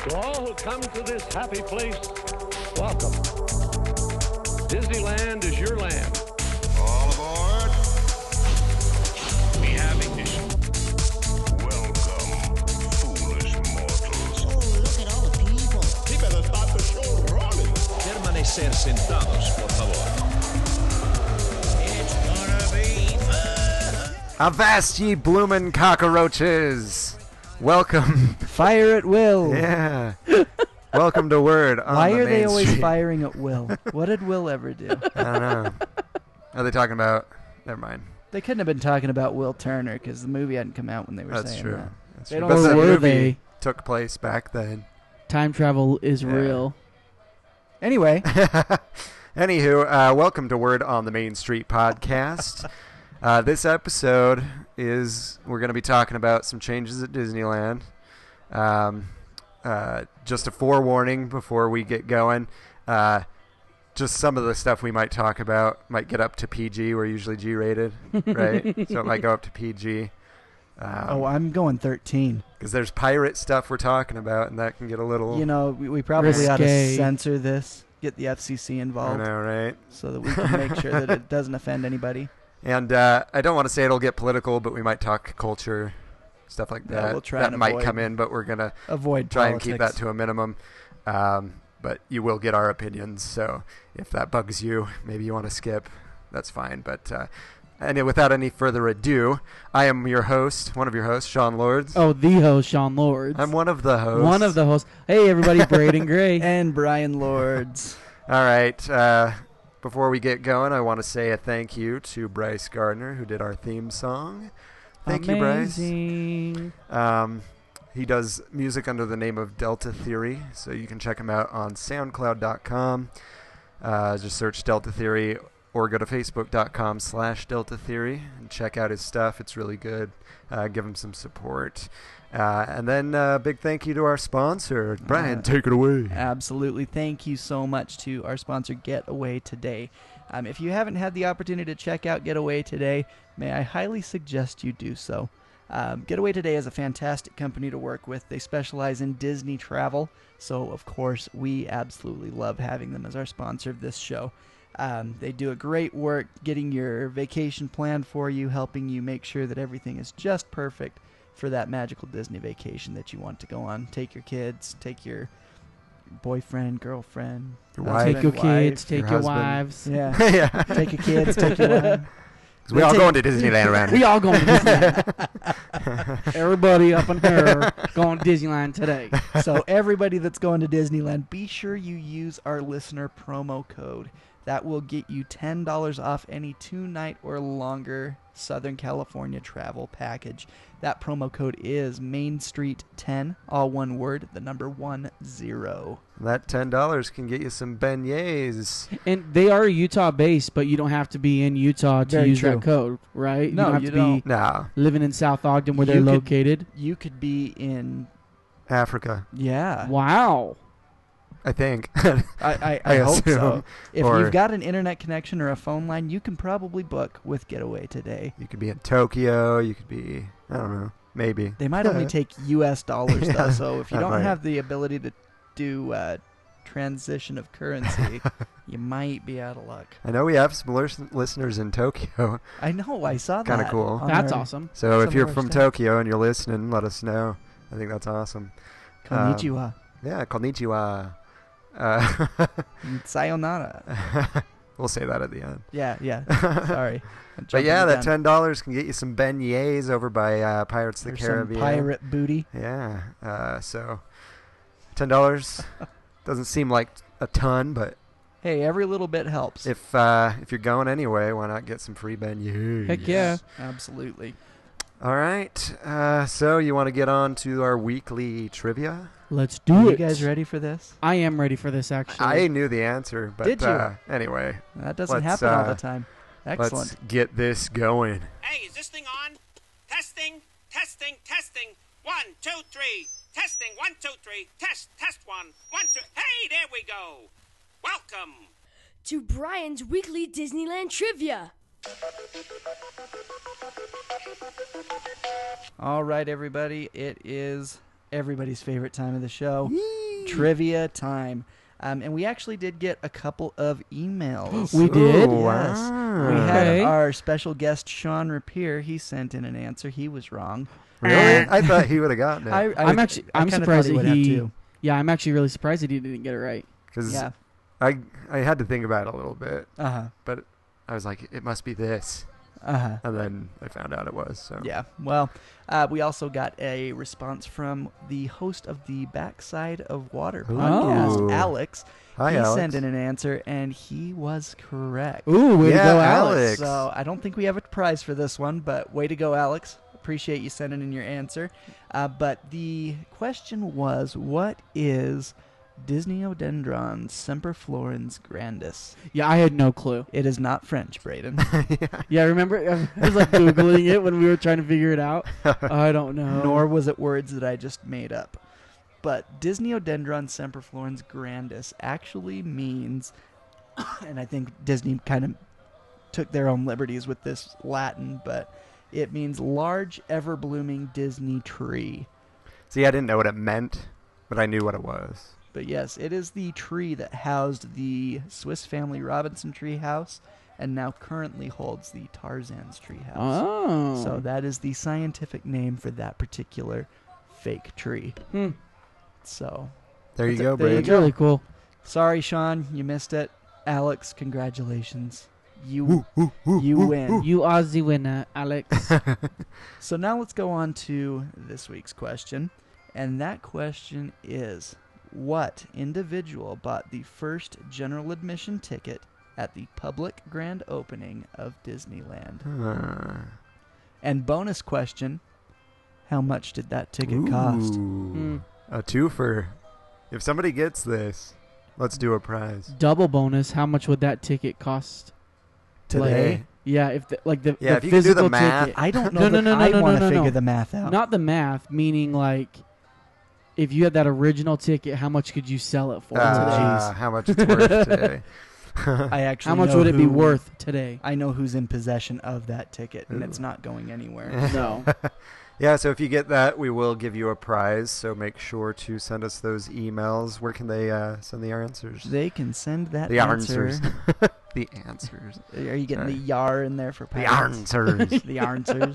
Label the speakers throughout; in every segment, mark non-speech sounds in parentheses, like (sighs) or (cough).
Speaker 1: come to this happy place, welcome. Disneyland is your land.
Speaker 2: All aboard.
Speaker 3: We have ignition.
Speaker 2: Welcome, foolish mortals.
Speaker 4: Oh, look at all the people.
Speaker 2: He better start the show rolling.
Speaker 3: Permanecer sentados, por favor.
Speaker 5: Avast ye bloomin' cockroaches!
Speaker 6: (laughs)
Speaker 5: Welcome,
Speaker 6: Fire at will.
Speaker 5: yeah, (laughs) welcome to Word. On
Speaker 6: Why
Speaker 5: the
Speaker 6: are they
Speaker 5: main
Speaker 6: always
Speaker 5: street.
Speaker 6: firing at
Speaker 5: (laughs)
Speaker 6: will? What did will ever do?
Speaker 5: I don't know. Are they talking about? Never mind.
Speaker 6: They couldn't have been talking about Will Turner because the movie hadn't come out when they were
Speaker 5: That's
Speaker 6: saying
Speaker 5: true.
Speaker 6: that.
Speaker 5: That's
Speaker 6: They
Speaker 5: true.
Speaker 6: don't-
Speaker 5: But
Speaker 6: Or
Speaker 5: that
Speaker 6: were
Speaker 5: movie
Speaker 6: they?
Speaker 5: took place back then.
Speaker 6: Time travel is
Speaker 5: Yeah.
Speaker 6: real.
Speaker 5: (laughs)
Speaker 6: Anyway,
Speaker 5: Anywho, uh, welcome to Word on the Main Street podcast. uh, this episode is we're going to be talking about some changes at Disneyland. Um, uh, just a forewarning before we get going. Uh, just some of the stuff we might talk about might get up to PG. We're usually G rated,
Speaker 6: (laughs)
Speaker 5: right? so it might go up to PG.
Speaker 6: oh,
Speaker 5: Because
Speaker 6: I'm going 13.
Speaker 5: there's pirate stuff we're talking about, and that can get a little.
Speaker 6: You know, we, we probably ought to
Speaker 7: Risque.
Speaker 6: censor this, get the FCC
Speaker 5: I
Speaker 6: involved,
Speaker 5: know, right?
Speaker 6: so that we can make sure
Speaker 5: (laughs)
Speaker 6: that it doesn't offend anybody.
Speaker 5: And uh, I don't want to say it'll get political, but we might talk culture, stuff like
Speaker 6: Yeah,
Speaker 5: that.
Speaker 6: we'll try
Speaker 5: that
Speaker 6: and
Speaker 5: might
Speaker 6: avoid-
Speaker 5: come in, but we're gonna
Speaker 6: Avoid
Speaker 5: try
Speaker 6: politics.
Speaker 5: and keep that to a minimum. Um, but you will get our opinions, so if that bugs you, maybe you want to skip. That's fine. But uh, and without any further ado, I am your host, one of your hosts, Sean Lords.
Speaker 7: Oh, the host, Sean Lords.
Speaker 5: I'm one of the hosts.
Speaker 7: One of the hosts. Hey, everybody,
Speaker 6: (laughs)
Speaker 7: Braden Gray.
Speaker 6: And Brian Lords.
Speaker 5: All right. Uh, before we get going, I want to say a thank you to Bryce Gardner, who did our theme song. Thank you, Bryce.
Speaker 7: Amazing.
Speaker 5: Um, he does music under the name of Delta Theory, so you can check him out on SoundCloud.com. Uh, just search Delta Theory or go to Facebook.com slash Delta Theory and check out his stuff. It's really good. Uh, give him some support. Uh, and then uh, big thank you to our sponsor, Brian.
Speaker 6: Uh,
Speaker 5: take it away.
Speaker 6: Absolutely. Thank you so much to our sponsor, Getaway Today. Um, if you haven't had the opportunity to check out Getaway Today, may I highly suggest you do so. Um, Getaway Today is a fantastic company to work with. They specialize in Disney travel, so of course, we absolutely love having them as our sponsor of this show. Um, they do a great work getting your vacation planned for you, helping you make sure that everything is just perfect for that magical Disney vacation that you want to go on. Take your kids, take your boyfriend, girlfriend,
Speaker 5: Your
Speaker 6: husband,
Speaker 7: Take your
Speaker 6: wife.
Speaker 7: kids, take
Speaker 5: your
Speaker 7: your,
Speaker 5: husband.
Speaker 7: wives.
Speaker 6: Yeah.
Speaker 5: uh, (laughs) yeah.
Speaker 6: (laughs) take your kids, take your (laughs) wife.
Speaker 5: we all going to Disneyland around
Speaker 7: We
Speaker 5: here.
Speaker 7: all going to
Speaker 6: (laughs)
Speaker 7: Disneyland. (laughs) everybody up in here going to Disneyland today.
Speaker 6: So everybody that's going to Disneyland, be sure you use our listener promo code. That will get you ten dollars off any two-night or longer Southern California travel package. That promo code is Main Street Ten, all one word, the number one zero.
Speaker 5: (laughs) That $10 can get you some beignets.
Speaker 7: And they are Utah based, but you don't have to be in Utah to
Speaker 6: Very
Speaker 7: use
Speaker 6: true.
Speaker 7: that code, right?
Speaker 6: No,
Speaker 7: you don't have
Speaker 6: you
Speaker 7: to be
Speaker 5: No,
Speaker 7: living in South Ogden where
Speaker 6: You
Speaker 7: they're
Speaker 6: could-
Speaker 7: located.
Speaker 6: You could be in,
Speaker 5: Africa,
Speaker 6: yeah.
Speaker 7: Wow.
Speaker 5: I think. (laughs)
Speaker 6: I, I,
Speaker 5: I
Speaker 6: I hope
Speaker 5: assume.
Speaker 6: so. If
Speaker 5: Or-
Speaker 6: you've got an internet connection or a phone line, you can probably book with Getaway today.
Speaker 5: You could be in Tokyo. You could be, I don't know, maybe.
Speaker 6: They
Speaker 5: (laughs)
Speaker 6: might only take U.S. dollars
Speaker 5: Yeah,
Speaker 6: though, so if you
Speaker 5: that
Speaker 6: don't
Speaker 5: might.
Speaker 6: have the ability to do uh, transition of
Speaker 5: (laughs)
Speaker 6: currency, you might be out of luck.
Speaker 5: I know we have some lis- listeners in Tokyo, (laughs)
Speaker 6: I know. I saw that.
Speaker 5: Kinda cool.
Speaker 6: on
Speaker 7: That's
Speaker 6: our
Speaker 7: awesome.
Speaker 5: so
Speaker 6: Some
Speaker 5: if you're
Speaker 6: more
Speaker 5: from
Speaker 6: stuff.
Speaker 5: Tokyo and you're listening, let us know. I think that's awesome. Um,
Speaker 6: Konnichiwa.
Speaker 5: yeah, konnichiwa. Uh, (laughs)
Speaker 6: and Mm, sayonara.
Speaker 5: we'll say that at the end.
Speaker 6: Yeah, yeah.
Speaker 5: (laughs)
Speaker 6: Sorry. I'm
Speaker 5: But
Speaker 6: jumping
Speaker 5: yeah,
Speaker 6: the
Speaker 5: that
Speaker 6: gun.
Speaker 5: ten dollars can get you some beignets over by uh, Pirates of the
Speaker 6: Or some
Speaker 5: Caribbean.
Speaker 6: pirate booty.
Speaker 5: Yeah. Uh, so ten
Speaker 6: (laughs)
Speaker 5: dollars doesn't seem like a ton, but
Speaker 6: Hey, every little bit helps.
Speaker 5: if uh, if you're going anyway, why not get some free beignets?
Speaker 7: Heck yeah.
Speaker 6: Absolutely.
Speaker 5: All right. Uh, so you want to get on to our weekly trivia?
Speaker 7: Let's
Speaker 6: Are
Speaker 7: do
Speaker 6: you
Speaker 7: it.
Speaker 6: guys ready for this?
Speaker 7: I am ready for this, actually.
Speaker 5: I knew the answer, but
Speaker 6: Did you?
Speaker 5: Uh, anyway,
Speaker 6: That doesn't
Speaker 5: Let's,
Speaker 6: happen all
Speaker 5: uh,
Speaker 6: the time. Excellent.
Speaker 5: let's get this going.
Speaker 8: Hey, is this thing on? Testing, testing, testing. One, two, three. Testing, one, two, three. Test, test one, one, two. Hey, there we go. Welcome.
Speaker 9: to Brian's weekly Disneyland trivia.
Speaker 6: All right, everybody. It is everybody's favorite time of the show. trivia time. Um, and we actually did get a couple of
Speaker 5: (gasps)
Speaker 6: emails.
Speaker 7: We did?
Speaker 5: Ooh, ah.
Speaker 6: Yes. We had
Speaker 7: Okay.
Speaker 6: our special guest, Sean Rapier. He sent in an answer. He was wrong. (laughs)
Speaker 5: Really? I thought he would have gotten it.
Speaker 7: I, am actually I'm
Speaker 6: kinda
Speaker 7: surprised
Speaker 6: thought
Speaker 7: that
Speaker 6: would have
Speaker 7: he.
Speaker 6: too.
Speaker 7: Yeah, I'm actually really surprised that he didn't get it right.
Speaker 5: 'Cause
Speaker 6: Yeah.
Speaker 5: I, I had to think about it a little bit,
Speaker 6: Uh huh.
Speaker 5: but I was like, it must be this.
Speaker 6: Uh huh.
Speaker 5: And then I found out it was. So
Speaker 6: Yeah. Well, uh, we also got a response from the host of the Backside of Water podcast,
Speaker 7: Oh.
Speaker 5: Ooh.
Speaker 6: Alex.
Speaker 5: Hi,
Speaker 6: he
Speaker 5: Alex.
Speaker 6: sent in an answer, and he was correct.
Speaker 7: Ooh, way
Speaker 5: Yeah,
Speaker 7: to go,
Speaker 5: Alex.
Speaker 7: Alex.
Speaker 6: So I don't think we have a prize for this one, but way to go, Alex. Appreciate you sending in your answer. Uh, but the question was, what is Disneodendron semperflorens grandis?
Speaker 7: Yeah, I had no clue.
Speaker 6: It is not French, Braden.
Speaker 7: Yeah, remember (laughs) I was like googling it when we were trying to figure
Speaker 5: (laughs)
Speaker 7: it out. I don't know.
Speaker 6: nor was it words that I just made up. But Disneodendron semperflorens grandis actually means, (coughs) and I think Disney kind of took their own liberties with this Latin, but it means large, ever blooming Disney tree.
Speaker 5: See, I didn't know what it meant, but I knew what it was.
Speaker 6: But yes, it is the tree that housed the Swiss Family Robinson tree house and now currently holds the Tarzan's tree house.
Speaker 7: Oh.
Speaker 6: So that is the scientific name for that particular fake tree.
Speaker 7: Hmm.
Speaker 6: So
Speaker 5: There you
Speaker 6: That's it.
Speaker 5: go,
Speaker 6: There you
Speaker 5: Brady.
Speaker 7: It's really cool.
Speaker 6: Sorry, Sean, you missed it. Alex, congratulations. You you win.
Speaker 7: You Aussie winner, Alex.
Speaker 6: So now let's go on to this week's question. And that question is what individual bought the first general admission ticket at the public grand opening of Disneyland?
Speaker 5: Uh,
Speaker 6: And bonus question, how much did that ticket cost?
Speaker 5: ooh.
Speaker 7: Hmm.
Speaker 5: A twofer. If somebody gets this, let's do a prize.
Speaker 7: Double bonus. How much would that ticket cost?
Speaker 5: Today?
Speaker 7: Yeah, if the, like the
Speaker 5: Yeah,
Speaker 7: the
Speaker 5: if you can do the
Speaker 7: physical
Speaker 5: math.
Speaker 7: ticket,
Speaker 6: I don't know
Speaker 7: No,
Speaker 6: that
Speaker 7: no, no, no,
Speaker 6: I
Speaker 7: no, no,
Speaker 6: want to
Speaker 7: no, no.
Speaker 6: figure the math out.
Speaker 7: not the math, meaning like if you had that original ticket, how much could you sell it for? Oh,
Speaker 5: Uh, how much it's worth today.
Speaker 6: I actually
Speaker 7: how much
Speaker 6: know
Speaker 7: would it be
Speaker 6: who- (laughs)
Speaker 7: worth today?
Speaker 6: I know who's in possession of that ticket, and it's
Speaker 5: Ooh.
Speaker 6: not going anywhere.
Speaker 5: (laughs)
Speaker 7: no.
Speaker 5: yeah, so if you get that, we will give you a prize. So make sure to send us those emails. Where can they uh, send the answers?
Speaker 6: They can send that
Speaker 5: The
Speaker 6: answer.
Speaker 5: answers. (laughs) the answers.
Speaker 6: Are you getting
Speaker 5: Sorry.
Speaker 6: the yar in there for
Speaker 5: The
Speaker 6: pirates? (laughs)
Speaker 5: answers. (laughs)
Speaker 6: The answers.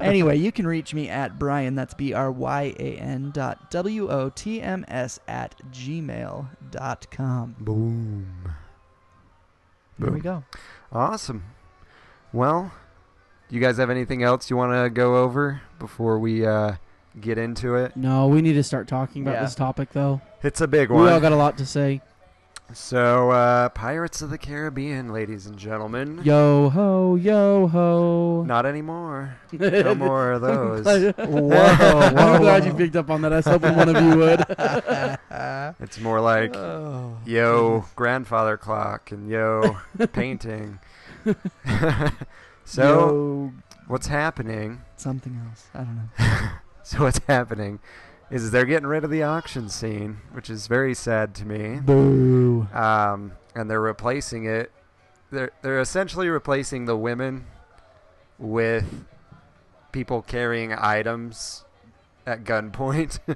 Speaker 6: anyway, you can reach me at Brian, that's B R Y A N dot W O T M S at gmail dot com.
Speaker 5: Boom.
Speaker 6: There we
Speaker 5: Boom.
Speaker 6: go.
Speaker 5: Awesome. Well, do you guys have anything else you want to go over before we uh, get into it?
Speaker 7: No, we need to start talking about
Speaker 6: Yeah.
Speaker 7: this topic though.
Speaker 5: It's a big
Speaker 7: We all
Speaker 5: one.
Speaker 7: got a lot to say.
Speaker 5: So, uh, Pirates of the Caribbean, ladies and gentlemen.
Speaker 7: Yo ho, yo ho.
Speaker 5: (laughs) Not anymore. No more of
Speaker 7: I'm
Speaker 5: those.
Speaker 7: (laughs)
Speaker 6: (laughs)
Speaker 7: glad- I'm glad you picked up on that. I was hoping one of you would.
Speaker 6: (laughs)
Speaker 5: It's more like yo grandfather clock and yo painting. so,
Speaker 6: Yo,
Speaker 5: what's happening? (laughs)
Speaker 6: something else. I don't know.
Speaker 5: So what's happening is they're getting rid of the auction scene, which is very sad to me.
Speaker 6: Boo.
Speaker 5: Um, and they're replacing it. They're they're essentially replacing the women with people carrying items at gunpoint, (laughs) uh,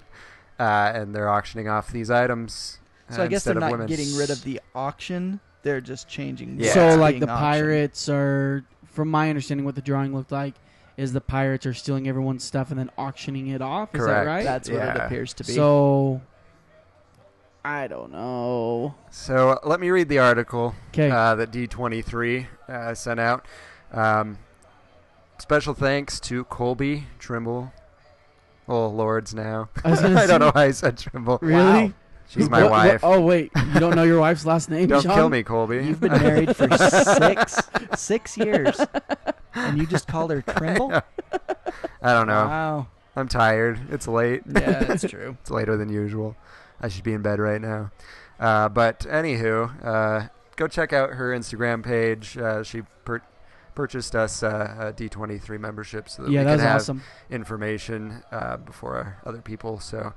Speaker 5: and they're auctioning off these items.
Speaker 6: So
Speaker 5: uh,
Speaker 6: I guess
Speaker 5: instead
Speaker 6: they're
Speaker 5: of
Speaker 6: not
Speaker 5: women.
Speaker 6: getting rid of the auction. They're just changing.
Speaker 5: Yeah.
Speaker 7: So,
Speaker 6: what's
Speaker 7: like
Speaker 6: being
Speaker 7: the
Speaker 6: auctioned.
Speaker 7: pirates are, from my understanding, what the drawing looked like is the pirates are stealing everyone's stuff and then auctioning it off. Is
Speaker 5: Correct.
Speaker 7: that right?
Speaker 6: That's what it
Speaker 5: Yeah.
Speaker 6: appears to be.
Speaker 7: So, I don't know.
Speaker 5: So uh, let me read the article.
Speaker 7: Okay.
Speaker 5: uh, that D23 uh, sent out. Um, special thanks to Colby Trimble. Oh, Lords now.
Speaker 7: I was
Speaker 5: (laughs)
Speaker 7: gonna
Speaker 5: I don't
Speaker 7: say-
Speaker 5: know why I said Trimble.
Speaker 7: Really?
Speaker 5: She's my
Speaker 7: What- what-
Speaker 5: wife.
Speaker 7: oh wait, you don't know your wife's last
Speaker 5: (laughs)
Speaker 7: name?
Speaker 5: don't
Speaker 7: Sean?
Speaker 5: kill me, Colby.
Speaker 6: You've been married for
Speaker 7: (laughs)
Speaker 6: six six years, and you just called her
Speaker 5: (laughs)
Speaker 6: Trimble.
Speaker 5: (laughs) I don't know.
Speaker 6: Wow.
Speaker 5: I'm tired. It's late.
Speaker 6: Yeah, that's true.
Speaker 5: It's later than usual. I should be in bed right now. Uh, but anywho, uh, go check out her Instagram page. Uh, she pur- purchased us uh, a D23 membership so that
Speaker 7: Yeah,
Speaker 5: we
Speaker 7: that
Speaker 5: can
Speaker 7: was
Speaker 5: have
Speaker 7: awesome.
Speaker 5: information uh, before other people. So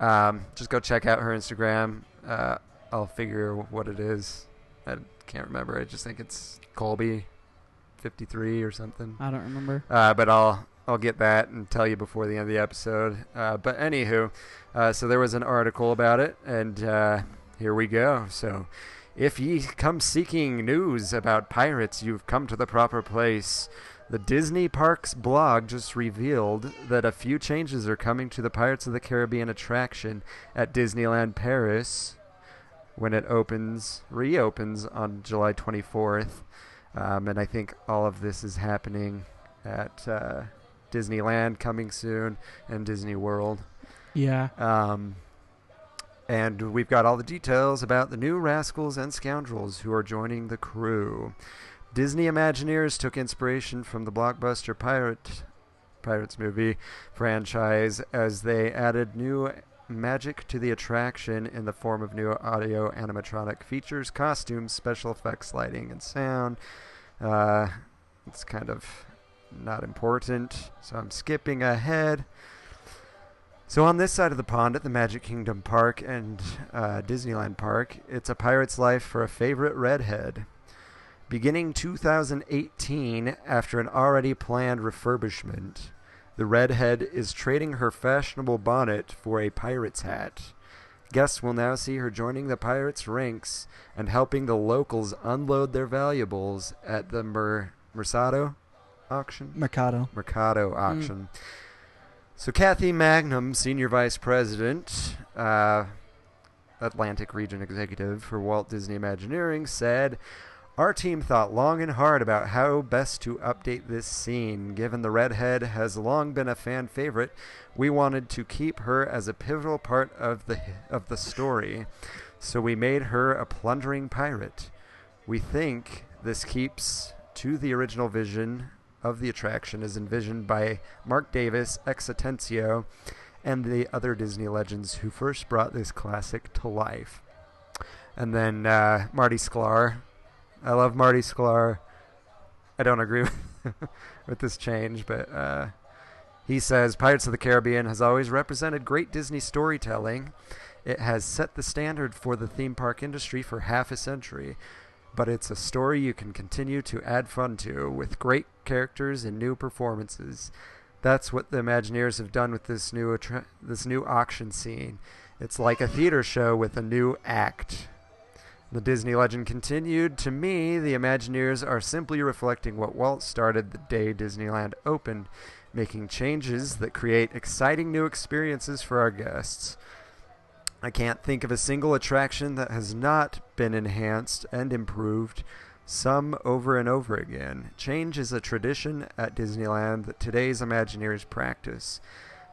Speaker 5: um, just go check out her Instagram. Uh, I'll figure what it is. I can't remember. I just think it's Colby, fifty three or something.
Speaker 7: I don't remember.
Speaker 5: Uh, but I'll I'll get that and tell you before the end of the episode. Uh, but anywho, uh, so there was an article about it, and uh, here we go. So, if ye come seeking news about pirates, you've come to the proper place. The Disney Parks blog just revealed that a few changes are coming to the Pirates of the Caribbean attraction at Disneyland Paris when it opens, reopens on July 24th. Um, and I think all of this is happening at uh, Disneyland coming soon and Disney World.
Speaker 7: Yeah.
Speaker 5: Um, and we've got all the details about the new rascals and scoundrels who are joining the crew. Disney Imagineers took inspiration from the blockbuster pirate pirates movie franchise as they added new magic to the attraction in the form of new audio animatronic features, costumes, special effects, lighting, and sound. Uh, it's kind of not important, so I'm skipping ahead. So on this side of the pond at the Magic Kingdom Park and uh, Disneyland Park, it's a pirate's life for a favorite redhead. Beginning 2018, after an already planned refurbishment, the redhead is trading her fashionable bonnet for a pirate's hat. Guests will now see her joining the pirates' ranks and helping the locals unload their valuables at the Mer- Mercado auction.
Speaker 6: Mercado.
Speaker 5: Mercado auction. So Kathy Magnum, senior vice president, uh, Atlantic region executive for Walt Disney Imagineering, said, "Our team thought long and hard about how best to update this scene. Given the redhead has long been a fan favorite, we wanted to keep her as a pivotal part of the of the story. So we made her a plundering pirate. We think this keeps to the original vision of the attraction as envisioned by Mark Davis, ex Atencio, and the other Disney legends who first brought this classic to life. And then uh, Marty Sklar. I love Marty Sklar. I don't agree (laughs) with, with this change, but uh, he says Pirates of the Caribbean has always represented great Disney storytelling. It has set the standard for the theme park industry for half a century but it's a story you can continue to add fun to with great characters and new performances. That's what the Imagineers have done with this new attra- this new auction scene. It's like a theater show with a new act. The Disney legend continued, "To me, the Imagineers are simply reflecting what Walt started the day Disneyland opened, making changes that create exciting new experiences for our guests." I can't think of a single attraction that has not been enhanced and improved, some over and over again. Change is a tradition at Disneyland that today's Imagineers practice.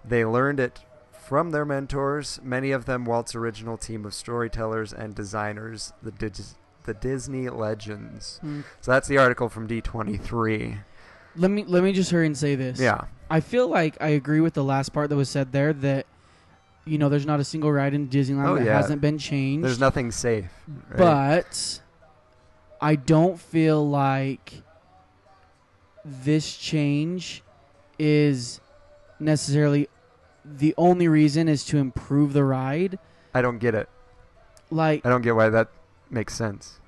Speaker 5: They learned it from their mentors, many of them Walt's original team of storytellers and designers, the, Dis- the Disney legends. So that's the article from D23.
Speaker 7: Let me let me just hurry and say this.
Speaker 5: Yeah.
Speaker 7: I feel like I agree with the last part that was said there that you know there's not a single ride in Disneyland
Speaker 5: Oh,
Speaker 7: that
Speaker 5: yeah.
Speaker 7: hasn't been changed.
Speaker 5: There's nothing safe. right?
Speaker 7: But I don't feel like this change is necessarily the only reason is to improve the ride.
Speaker 5: I don't get it.
Speaker 7: Like
Speaker 5: I don't get why that makes sense.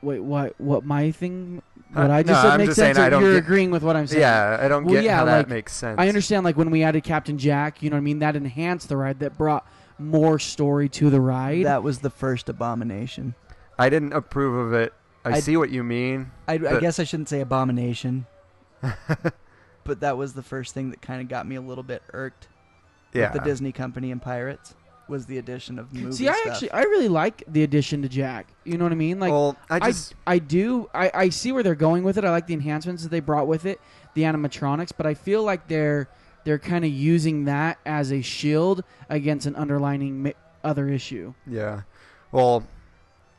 Speaker 7: wait, what what my thing
Speaker 5: Uh,
Speaker 7: what I just
Speaker 5: no,
Speaker 7: said
Speaker 5: I'm
Speaker 7: makes
Speaker 5: just
Speaker 7: sense.
Speaker 5: saying I
Speaker 7: or
Speaker 5: don't
Speaker 7: you're
Speaker 5: get-
Speaker 7: agreeing with what I'm saying.
Speaker 5: Yeah, I don't
Speaker 7: Well,
Speaker 5: get
Speaker 7: yeah,
Speaker 5: how that
Speaker 7: like,
Speaker 5: makes sense.
Speaker 7: I understand like when we added Captain Jack, you know what I mean, that enhanced the ride, that brought more story to the ride.
Speaker 6: That was the first abomination.
Speaker 5: I didn't approve of it. I
Speaker 6: I-
Speaker 5: see what you mean.
Speaker 6: I, I
Speaker 5: But-
Speaker 6: guess I shouldn't
Speaker 5: (laughs)
Speaker 6: say abomination, but that was the first thing that kind of got me a little bit irked.
Speaker 5: Yeah.
Speaker 6: With the Disney company and pirates was the addition of movie
Speaker 7: See, I
Speaker 6: stuff.
Speaker 7: actually I really like the addition to Jack. You know what I mean? Like
Speaker 5: well, I
Speaker 7: I,
Speaker 5: just
Speaker 7: I do I, I see where they're going with it. I like the enhancements that they brought with it, the animatronics, but I feel like they're they're kind of using that as a shield against an underlining mi- other issue.
Speaker 5: yeah. Well,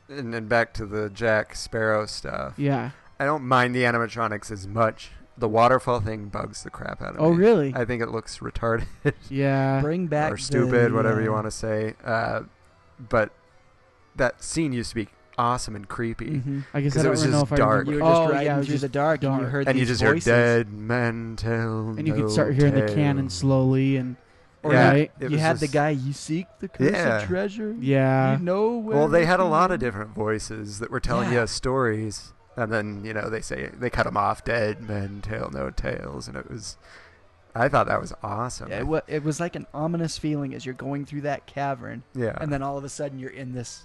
Speaker 5: and then back to the Jack Sparrow stuff.
Speaker 7: Yeah.
Speaker 5: I don't mind the animatronics as much. The waterfall thing bugs the crap out of
Speaker 7: Oh,
Speaker 5: me.
Speaker 7: really?
Speaker 5: I think it looks retarded (laughs)
Speaker 7: Yeah.
Speaker 6: bring back
Speaker 5: or stupid,
Speaker 6: the,
Speaker 5: whatever you
Speaker 6: uh,
Speaker 5: want to say. Uh, but that scene used to be awesome and creepy,
Speaker 6: mhm.
Speaker 7: I guess
Speaker 5: 'Cause
Speaker 7: I
Speaker 5: it
Speaker 7: don't
Speaker 5: was
Speaker 7: really know
Speaker 5: just
Speaker 7: if I
Speaker 5: dark.
Speaker 6: You
Speaker 7: remember.
Speaker 6: were
Speaker 7: oh,
Speaker 6: just riding
Speaker 7: yeah, it was
Speaker 6: through
Speaker 7: just
Speaker 6: the dark, and you
Speaker 7: dark.
Speaker 6: heard
Speaker 5: and you
Speaker 6: these
Speaker 5: just
Speaker 6: voices.
Speaker 5: hear dead men tell,
Speaker 7: and you could
Speaker 5: no
Speaker 7: start hearing the
Speaker 5: tale."
Speaker 7: cannon slowly and
Speaker 6: Or
Speaker 5: Yeah,
Speaker 7: right?
Speaker 5: it
Speaker 6: you
Speaker 5: was
Speaker 6: had the
Speaker 5: just-
Speaker 6: guy you seek the cursed
Speaker 5: Yeah.
Speaker 6: treasure.
Speaker 7: Yeah.
Speaker 5: Mm-hmm.
Speaker 6: you know where.
Speaker 5: Well, they
Speaker 6: it
Speaker 5: had a
Speaker 6: is."
Speaker 5: lot of different voices that were telling
Speaker 6: Yeah.
Speaker 5: you stories And then you know they say they cut him off, dead men tell no tales, and it was. I thought that was awesome.
Speaker 6: Yeah, it, wa- it was like an ominous feeling as you're going through that cavern.
Speaker 5: Yeah.
Speaker 6: And then all of a sudden you're in this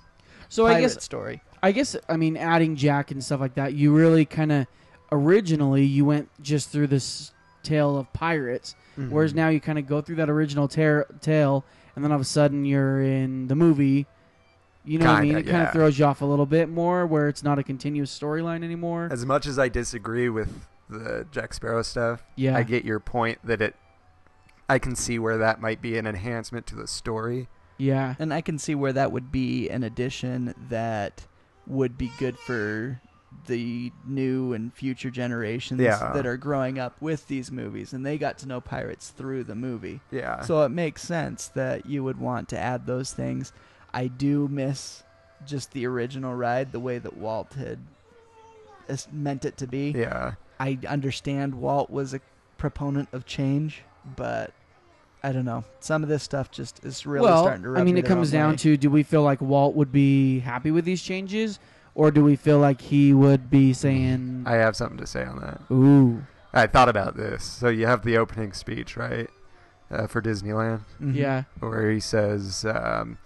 Speaker 7: So
Speaker 6: pirate
Speaker 7: I guess
Speaker 6: story.
Speaker 7: I guess I mean adding Jack and stuff like that. You really kind of originally you went just through this tale of pirates, whereas now you kind of go through that original ter- tale, and then all of a sudden you're in the movie. You know what I
Speaker 5: Kinda,
Speaker 7: mean? It kind
Speaker 5: yeah.
Speaker 7: of throws you off a little bit more, where it's not a continuous storyline anymore.
Speaker 5: as much as I disagree with the Jack Sparrow stuff,
Speaker 7: Yeah.
Speaker 5: I get your point that it. I can see where that might be an enhancement to the story.
Speaker 7: yeah,
Speaker 6: And I can see where that would be an addition that would be good for the new and future generations
Speaker 5: Yeah.
Speaker 6: that are growing up with these movies and they got to know pirates through the movie.
Speaker 5: Yeah.
Speaker 6: So it makes sense that you would want to add those things. I do miss just the original ride the way that Walt had es- meant it to be.
Speaker 5: yeah.
Speaker 6: I understand Walt was a proponent of change, but I don't know. Some of this stuff just is really
Speaker 7: well,
Speaker 6: starting to rub
Speaker 7: I mean,
Speaker 6: me
Speaker 7: it
Speaker 6: the wrong
Speaker 7: comes down
Speaker 6: way.
Speaker 7: to do we feel like Walt would be happy with these changes, or do we feel like he would be saying,
Speaker 5: I have something to say on that.
Speaker 7: "Ooh,
Speaker 5: I thought about this. So you have the opening speech, right? Uh, for Disneyland,
Speaker 6: Mhm.
Speaker 7: yeah,
Speaker 5: where he says um,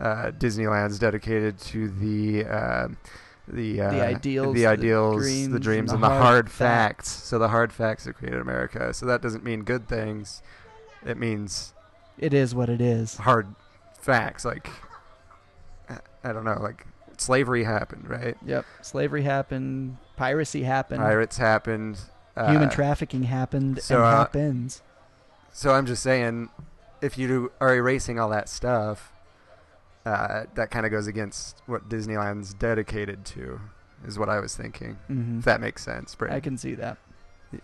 Speaker 5: uh, Disneyland's dedicated to the um the, uh,
Speaker 6: ideals,
Speaker 5: the
Speaker 6: the
Speaker 5: ideals, the dreams,
Speaker 6: dreams,
Speaker 5: and the hard, facts. So the hard facts that created America. So that doesn't mean good things. It means
Speaker 6: It is what it is.
Speaker 5: hard facts. Like I- I don't know. Like slavery happened, right?
Speaker 6: Yep. Slavery happened. Piracy happened.
Speaker 5: Pirates happened. Uh,
Speaker 6: human trafficking happened
Speaker 5: so,
Speaker 6: and
Speaker 5: uh,
Speaker 6: happens.
Speaker 5: So I'm just saying, if you are erasing all that stuff, uh, that kind of goes against what Disneyland's dedicated to, is what I was thinking.
Speaker 6: hmm
Speaker 5: If that makes sense, Braden.
Speaker 6: I can see that.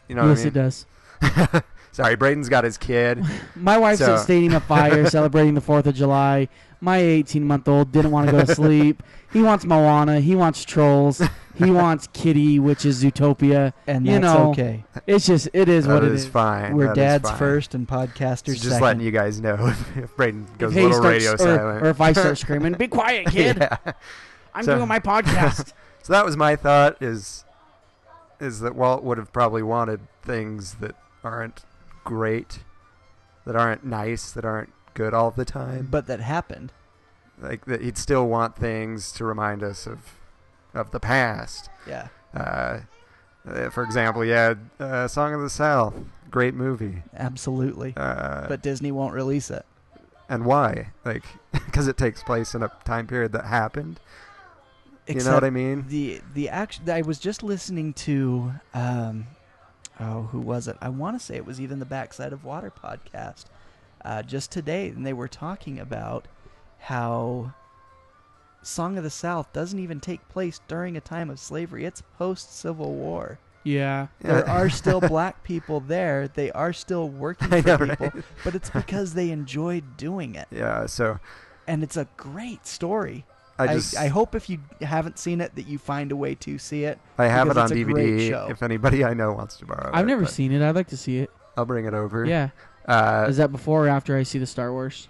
Speaker 5: you know
Speaker 7: yes,
Speaker 5: what I
Speaker 7: it does."
Speaker 5: mean? Sorry, Braden's got his
Speaker 7: (laughs)
Speaker 5: kid.
Speaker 7: My wife's
Speaker 5: So-
Speaker 7: at Stadium of
Speaker 5: (laughs)
Speaker 7: Fire celebrating the 4th of July. My 18 month old didn't want to go to sleep. he wants Moana. He wants Trolls.
Speaker 5: (laughs)
Speaker 7: He wants Kitty, which is Zootopia.
Speaker 6: And
Speaker 7: you
Speaker 6: that's
Speaker 7: know,
Speaker 6: okay.
Speaker 7: It's just, it is
Speaker 5: That
Speaker 7: what it
Speaker 5: is
Speaker 7: is.
Speaker 5: fine. (laughs)
Speaker 6: We're
Speaker 5: that is
Speaker 6: dads
Speaker 5: fine.
Speaker 6: first and podcasters
Speaker 5: So just
Speaker 6: second.
Speaker 5: letting you guys know (laughs) if, if Braden
Speaker 7: If
Speaker 5: goes a
Speaker 7: he
Speaker 5: little
Speaker 7: starts-
Speaker 5: radio
Speaker 7: or,
Speaker 5: silent.
Speaker 7: or if I start screaming, be quiet, kid.
Speaker 5: Yeah.
Speaker 7: I'm
Speaker 5: So-
Speaker 7: doing
Speaker 5: (laughs)
Speaker 7: my podcast.
Speaker 5: (laughs) So that was my thought. Is is that Walt would have probably wanted things that aren't great, that aren't nice, that aren't good all the time.
Speaker 6: But that happened.
Speaker 5: like that he'd still want things to remind us of of the past.
Speaker 6: Yeah.
Speaker 5: Uh, uh, for example, yeah, uh, Song of the South, great movie.
Speaker 6: Absolutely.
Speaker 5: Uh,
Speaker 6: but Disney won't release it.
Speaker 5: and why? Like, (laughs) because it takes place in a time period that happened. you know
Speaker 6: Except
Speaker 5: what I mean?
Speaker 6: the the action I was just listening to um oh who was it I want to say it was even the backside of water podcast uh, just today and they were talking about how Song of the South doesn't even take place during a time of slavery it's post Civil War
Speaker 7: yeah.
Speaker 6: there
Speaker 5: Yeah.
Speaker 6: are
Speaker 5: (laughs)
Speaker 6: still black people there they are still working
Speaker 5: I
Speaker 6: for
Speaker 5: know,
Speaker 6: people
Speaker 5: right?
Speaker 6: but it's because they enjoyed doing it
Speaker 5: Yeah. So
Speaker 6: and it's a great story
Speaker 5: I just
Speaker 6: I, hope if you haven't seen it that you find a way to see it.
Speaker 5: I have it on
Speaker 6: because it's a great
Speaker 5: DVD.
Speaker 6: show.
Speaker 5: If anybody I know wants to borrow,
Speaker 7: I've
Speaker 5: it,
Speaker 7: never
Speaker 5: but
Speaker 7: seen it. I'd like to see it.
Speaker 5: I'll bring it over.
Speaker 7: Yeah.
Speaker 5: Uh,
Speaker 7: Is that before or after I see the Star Wars?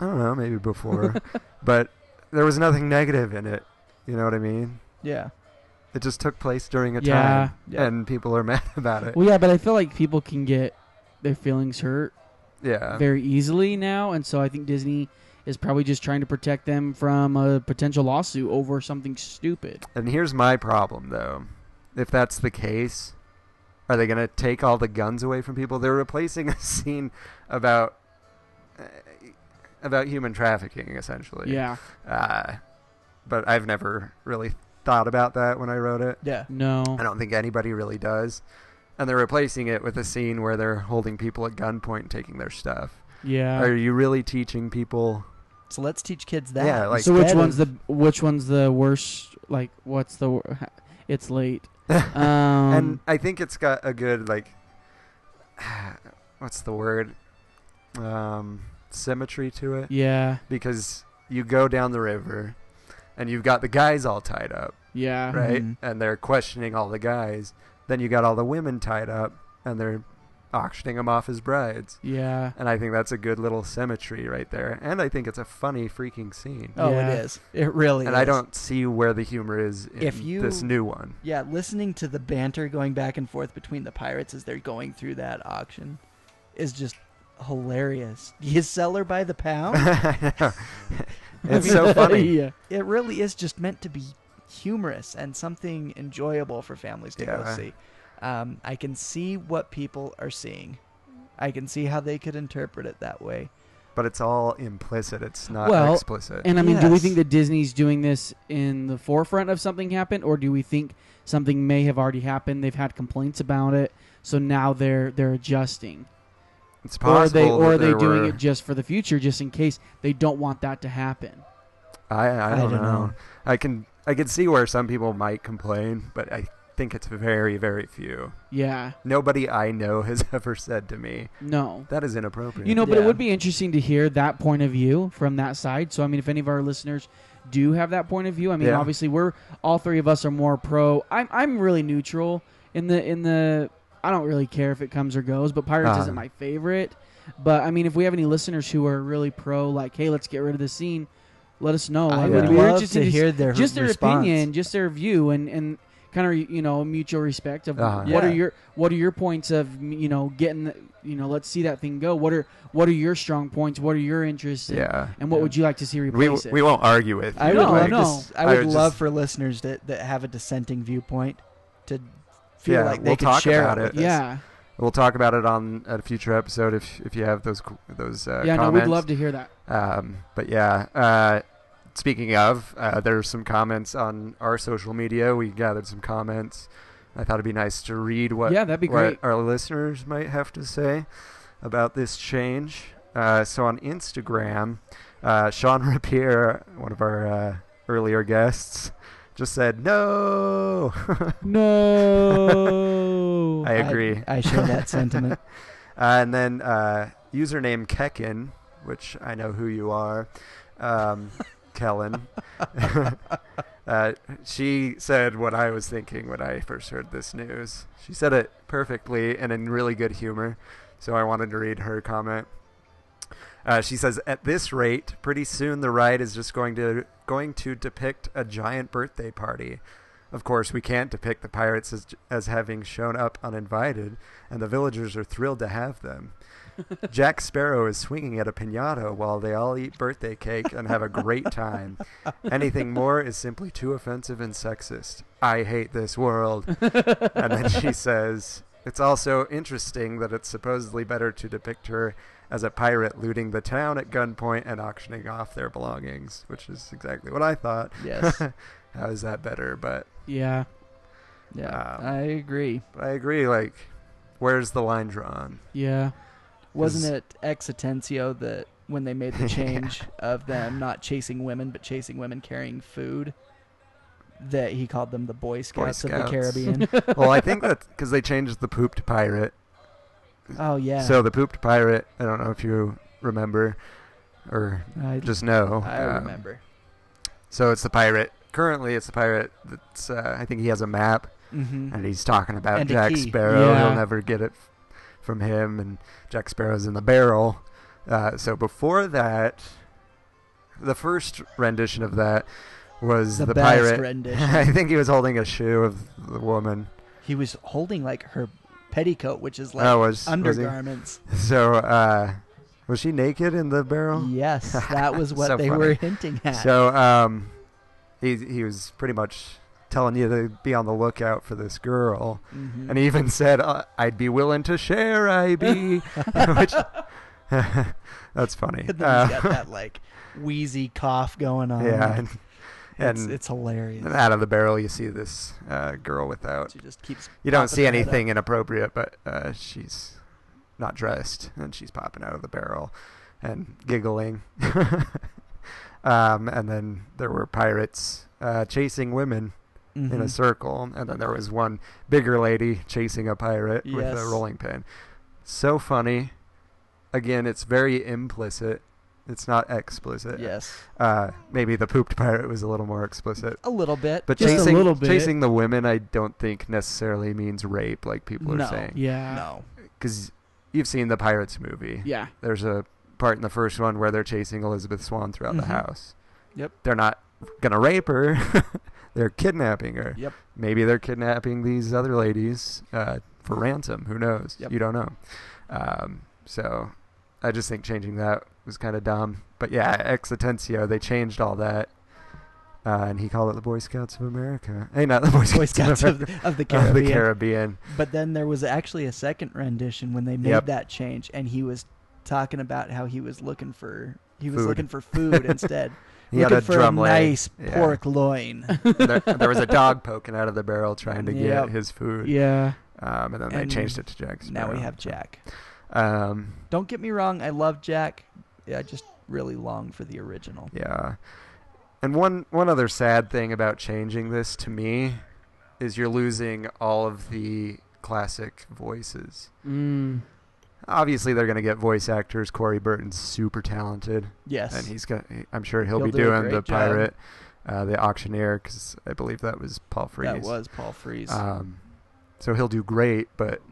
Speaker 5: I don't know, maybe before, (laughs) but there was nothing negative in it. You know what I mean?
Speaker 6: Yeah.
Speaker 5: It just took place during a
Speaker 7: Yeah.
Speaker 5: time,
Speaker 6: Yeah.
Speaker 5: and people are (laughs) mad about it.
Speaker 7: Well, yeah, but I feel like people can get their feelings hurt
Speaker 5: yeah.
Speaker 7: very easily now, and so I think Disney is probably just trying to protect them from a potential lawsuit over something stupid.
Speaker 5: And here's my problem, though. If that's the case, are they going to take all the guns away from people? They're replacing (laughs) a scene about uh, about human trafficking, essentially.
Speaker 7: Yeah.
Speaker 5: Uh, but I've never really thought about that when I wrote it.
Speaker 6: Yeah.
Speaker 7: No.
Speaker 5: I don't think anybody really does. And they're replacing it with a scene where they're holding people at gunpoint, and taking their stuff.
Speaker 7: Yeah.
Speaker 5: Are you really teaching people?
Speaker 6: So let's teach kids that.
Speaker 5: Yeah, like-
Speaker 7: so which
Speaker 6: instead
Speaker 7: one's
Speaker 6: of-
Speaker 7: the which one's the worst? Like, what's the? Wor- (laughs) it's late. Um,
Speaker 5: (laughs) and I think it's got a good like, (sighs) what's the word? Um, symmetry to it
Speaker 7: yeah.
Speaker 5: because you go down the river, and you've got the guys all tied up,
Speaker 7: Yeah.
Speaker 5: right?
Speaker 6: Mhm.
Speaker 5: And they're questioning all the guys. Then you got all the women tied up, and they're auctioning him off as brides.
Speaker 7: Yeah.
Speaker 5: And I think that's a good little symmetry right there. And I think it's a funny freaking scene.
Speaker 6: Oh,
Speaker 7: Yeah.
Speaker 6: it is. It really
Speaker 5: and
Speaker 6: is.
Speaker 5: I don't see where the humor is in
Speaker 6: If you-
Speaker 5: this new one.
Speaker 6: Yeah, listening to the banter going back and forth between the pirates as they're going through that auction is just hilarious. You sell her by
Speaker 5: (laughs)
Speaker 6: the pound? (laughs)
Speaker 5: It's so funny.
Speaker 7: (laughs) yeah.
Speaker 6: it really is just meant to be humorous and something enjoyable for families to go
Speaker 5: Yeah.
Speaker 6: see. Um, I can see what people are seeing. I can see how they could interpret it that way.
Speaker 5: But it's all implicit. It's not
Speaker 7: Well,
Speaker 5: explicit.
Speaker 7: And I mean, do we
Speaker 6: Yes.
Speaker 7: think that Disney's doing this in the forefront of something happened, or do we think something may have already happened? They've had complaints about it, so now they're they're adjusting.
Speaker 5: it's
Speaker 7: Or are
Speaker 5: possible.
Speaker 7: they or are
Speaker 5: that
Speaker 7: they
Speaker 5: there
Speaker 7: doing
Speaker 5: were-
Speaker 7: it just for the future, just in case they don't want that to happen?
Speaker 5: I, I, don't,
Speaker 7: don't
Speaker 5: know.
Speaker 7: know.
Speaker 5: I can I can see where some people might complain, but I think it's very very few.
Speaker 7: Yeah.
Speaker 5: Nobody I know (laughs) has ever said to me
Speaker 7: No.
Speaker 5: that is inappropriate.
Speaker 7: You know, but it
Speaker 6: Yeah.
Speaker 7: would be interesting to hear that point of view from that side. So, I mean, if any of our listeners do have that point of view, I mean,
Speaker 5: Yeah.
Speaker 7: obviously, we're all three of us are more pro. I'm I'm really neutral in the in the. I don't really care if it comes or goes, but Pirates
Speaker 5: Uh-huh.
Speaker 7: isn't my favorite. But I mean, if we have any listeners who are really pro, like, hey, let's get rid of this scene, let us know.
Speaker 6: I
Speaker 7: It
Speaker 5: would
Speaker 7: be
Speaker 6: love
Speaker 7: interesting
Speaker 6: to
Speaker 7: s-
Speaker 6: hear their
Speaker 7: just their
Speaker 6: response.
Speaker 7: opinion, just their view, and and kind of you know mutual respect of
Speaker 5: Uh-huh.
Speaker 7: what are
Speaker 6: Yeah.
Speaker 7: your what are your points of you know getting the, you know let's see that thing go what are what are your strong points what are your interests in,
Speaker 5: Yeah.
Speaker 7: and what would you like to see
Speaker 5: we
Speaker 7: replace it
Speaker 5: we won't argue with.
Speaker 6: I
Speaker 5: you,
Speaker 6: would
Speaker 7: No,
Speaker 6: love
Speaker 5: like,
Speaker 6: to,
Speaker 7: no.
Speaker 6: s- I
Speaker 5: Oh, I
Speaker 6: would
Speaker 5: would
Speaker 6: love
Speaker 5: just-
Speaker 6: for listeners that, that have a dissenting viewpoint to feel
Speaker 5: Yeah,
Speaker 6: like they
Speaker 5: we'll
Speaker 6: could
Speaker 5: talk
Speaker 6: share
Speaker 5: about
Speaker 6: it.
Speaker 5: it.
Speaker 6: with us.
Speaker 7: yeah
Speaker 5: We'll talk about it on a future episode if if you have those co- those uh,
Speaker 7: yeah no
Speaker 5: comments.
Speaker 7: we'd love to hear that
Speaker 5: Um, but yeah, uh, speaking of, uh, there's some comments on our social media. We gathered some comments. I thought it'd be nice to read what
Speaker 7: Yeah, that'd be
Speaker 5: what uh,
Speaker 7: great.
Speaker 5: our listeners might have to say about this change. Uh, so on Instagram, uh, Sean (laughs) Rapier, one of our uh, earlier guests, just said no. (laughs)
Speaker 7: no
Speaker 5: I agree.
Speaker 6: I,
Speaker 5: (laughs)
Speaker 6: share that sentiment.
Speaker 5: Uh, and then uh, username Kekin, which I know who you are, um, Kellen. (laughs) uh, she said what I was thinking when I first heard this news. She said it perfectly and in really good humor, so I wanted to read her comment. Uh, she says, "At this rate, pretty soon the ride is just going to going to depict a giant birthday party. Of course, we can't depict the pirates as, as having shown up uninvited, and the villagers are thrilled to have them. Jack Sparrow is swinging at a pinata while they all eat birthday cake and have a great time. Anything more is simply too offensive and sexist. I hate this world. and then she says, It's also interesting that it's supposedly better to depict her as a pirate looting the town at gunpoint and auctioning off their belongings, which is exactly what I thought.
Speaker 6: Yes.
Speaker 5: (laughs) How is that better? But,
Speaker 7: (laughs) yeah
Speaker 6: Yeah,
Speaker 5: Um,
Speaker 6: I agree.
Speaker 5: but I agree, like, where's the line drawn?
Speaker 7: yeah
Speaker 6: Wasn't it Exitensio that when they
Speaker 5: (laughs)
Speaker 6: made the change of them not chasing women but chasing women carrying food, that he called them the Boy Scouts, of
Speaker 5: Scouts. (laughs)
Speaker 6: the Caribbean?
Speaker 5: well, I think that's because they changed the pooped pirate.
Speaker 6: oh yeah.
Speaker 5: So the pooped pirate, I don't know if you remember or
Speaker 6: I
Speaker 5: just know.
Speaker 6: I
Speaker 5: um,
Speaker 6: remember.
Speaker 5: So it's the pirate. Currently, it's the pirate that's, uh, I think he has a map
Speaker 6: hmm
Speaker 5: and he's talking about
Speaker 6: And a
Speaker 5: Jack
Speaker 6: key.
Speaker 5: Sparrow.
Speaker 7: Yeah.
Speaker 5: He'll never get it f- from him, and Jack Sparrow's in the barrel. Uh, so before that, the first rendition of that was
Speaker 6: The
Speaker 5: the,
Speaker 6: best
Speaker 5: pirate. (laughs)
Speaker 6: rendition.
Speaker 5: I think he was holding a shoe of the woman.
Speaker 6: He was holding like her petticoat, which is like
Speaker 5: Oh, was- was he?
Speaker 6: undergarments.
Speaker 5: So uh, was she naked in the barrel?
Speaker 6: Yes,
Speaker 5: (laughs)
Speaker 6: that was what
Speaker 5: Oh. So
Speaker 6: they
Speaker 5: funny.
Speaker 6: were hinting at.
Speaker 5: So um, he he was pretty much telling you to be on the lookout for this girl,
Speaker 6: Mhm.
Speaker 5: and he even said, uh, "I'd be willing to share, I
Speaker 6: (laughs)
Speaker 5: be," (laughs) which that's funny.
Speaker 6: And (laughs) then
Speaker 5: Uh,
Speaker 6: he's got that like wheezy cough going on.
Speaker 5: yeah, and,
Speaker 6: it's,
Speaker 5: and-
Speaker 6: it's hilarious.
Speaker 5: and out of the barrel you see this uh, girl without.
Speaker 6: She just keeps.
Speaker 5: You don't
Speaker 6: popping
Speaker 5: see
Speaker 6: her head
Speaker 5: anything inappropriate, but uh, she's not dressed, and she's popping out of the barrel and giggling. (laughs) um, and then there were pirates uh, chasing women.
Speaker 6: up.
Speaker 5: in a
Speaker 6: Mhm.
Speaker 5: circle, and then there was one bigger lady chasing a pirate with
Speaker 6: Yes.
Speaker 5: a rolling pin. So funny. Again, it's very implicit. It's not explicit.
Speaker 6: Yes,
Speaker 5: Uh, maybe the pooped pirate was a little more explicit.
Speaker 6: a little bit.
Speaker 5: But
Speaker 7: Just a
Speaker 5: chasing
Speaker 7: little bit.
Speaker 5: chasing the women, I don't think necessarily means rape, like people are
Speaker 6: No. (laughs)
Speaker 5: saying.
Speaker 7: yeah
Speaker 6: no,
Speaker 5: Because you've seen the Pirates movie.
Speaker 7: Yeah.
Speaker 5: There's a part in the first one where they're chasing Elizabeth Swan throughout the house.
Speaker 6: Mm-hmm. Yep.
Speaker 5: They're not gonna rape her. (laughs) they're kidnapping her.
Speaker 6: Yep.
Speaker 5: Maybe they're kidnapping these other ladies uh, for ransom. Who knows?
Speaker 6: Yep.
Speaker 5: You don't know. Um, so I just think changing that was kind of dumb. But yeah, ex exitentio, they changed all that. Uh, and he called it the Boy Scouts of America. Hey, not the Boy (laughs) Scouts,
Speaker 6: (laughs) Boy Scouts of,
Speaker 5: America,
Speaker 6: of the
Speaker 5: of
Speaker 6: Caribbean.
Speaker 5: the Caribbean.
Speaker 6: But then there was actually a second rendition when they made
Speaker 5: Yep.
Speaker 6: that change, and he was talking about how he was looking for he was
Speaker 5: Food.
Speaker 6: looking for food instead.
Speaker 5: (laughs) He had
Speaker 6: looking
Speaker 5: a
Speaker 6: for
Speaker 5: drum
Speaker 6: a
Speaker 5: leg.
Speaker 6: nice
Speaker 5: Yeah.
Speaker 6: pork loin.
Speaker 5: (laughs) there, there was a dog poking out of the barrel trying to
Speaker 6: Yep.
Speaker 5: get his food.
Speaker 7: Yeah.
Speaker 5: Um, and then
Speaker 6: And
Speaker 5: they changed it to Jack's.
Speaker 6: now we
Speaker 5: Sparrow.
Speaker 6: have Jack.
Speaker 5: Um,
Speaker 6: Don't get me wrong, I love Jack. I just really long for the original.
Speaker 5: yeah. And one one other sad thing about changing this to me is you're losing all of the classic voices.
Speaker 7: Mm.
Speaker 5: Obviously, they're going to get voice actors. Corey Burton's super talented,
Speaker 6: Yes.
Speaker 5: and he's got. I'm sure he'll,
Speaker 6: He'll
Speaker 5: be
Speaker 6: do a
Speaker 5: doing
Speaker 6: great
Speaker 5: the
Speaker 6: job.
Speaker 5: pirate, uh, the auctioneer, because I believe that was Paul Frees.
Speaker 6: That was Paul Frees.
Speaker 5: Um, so he'll do great, but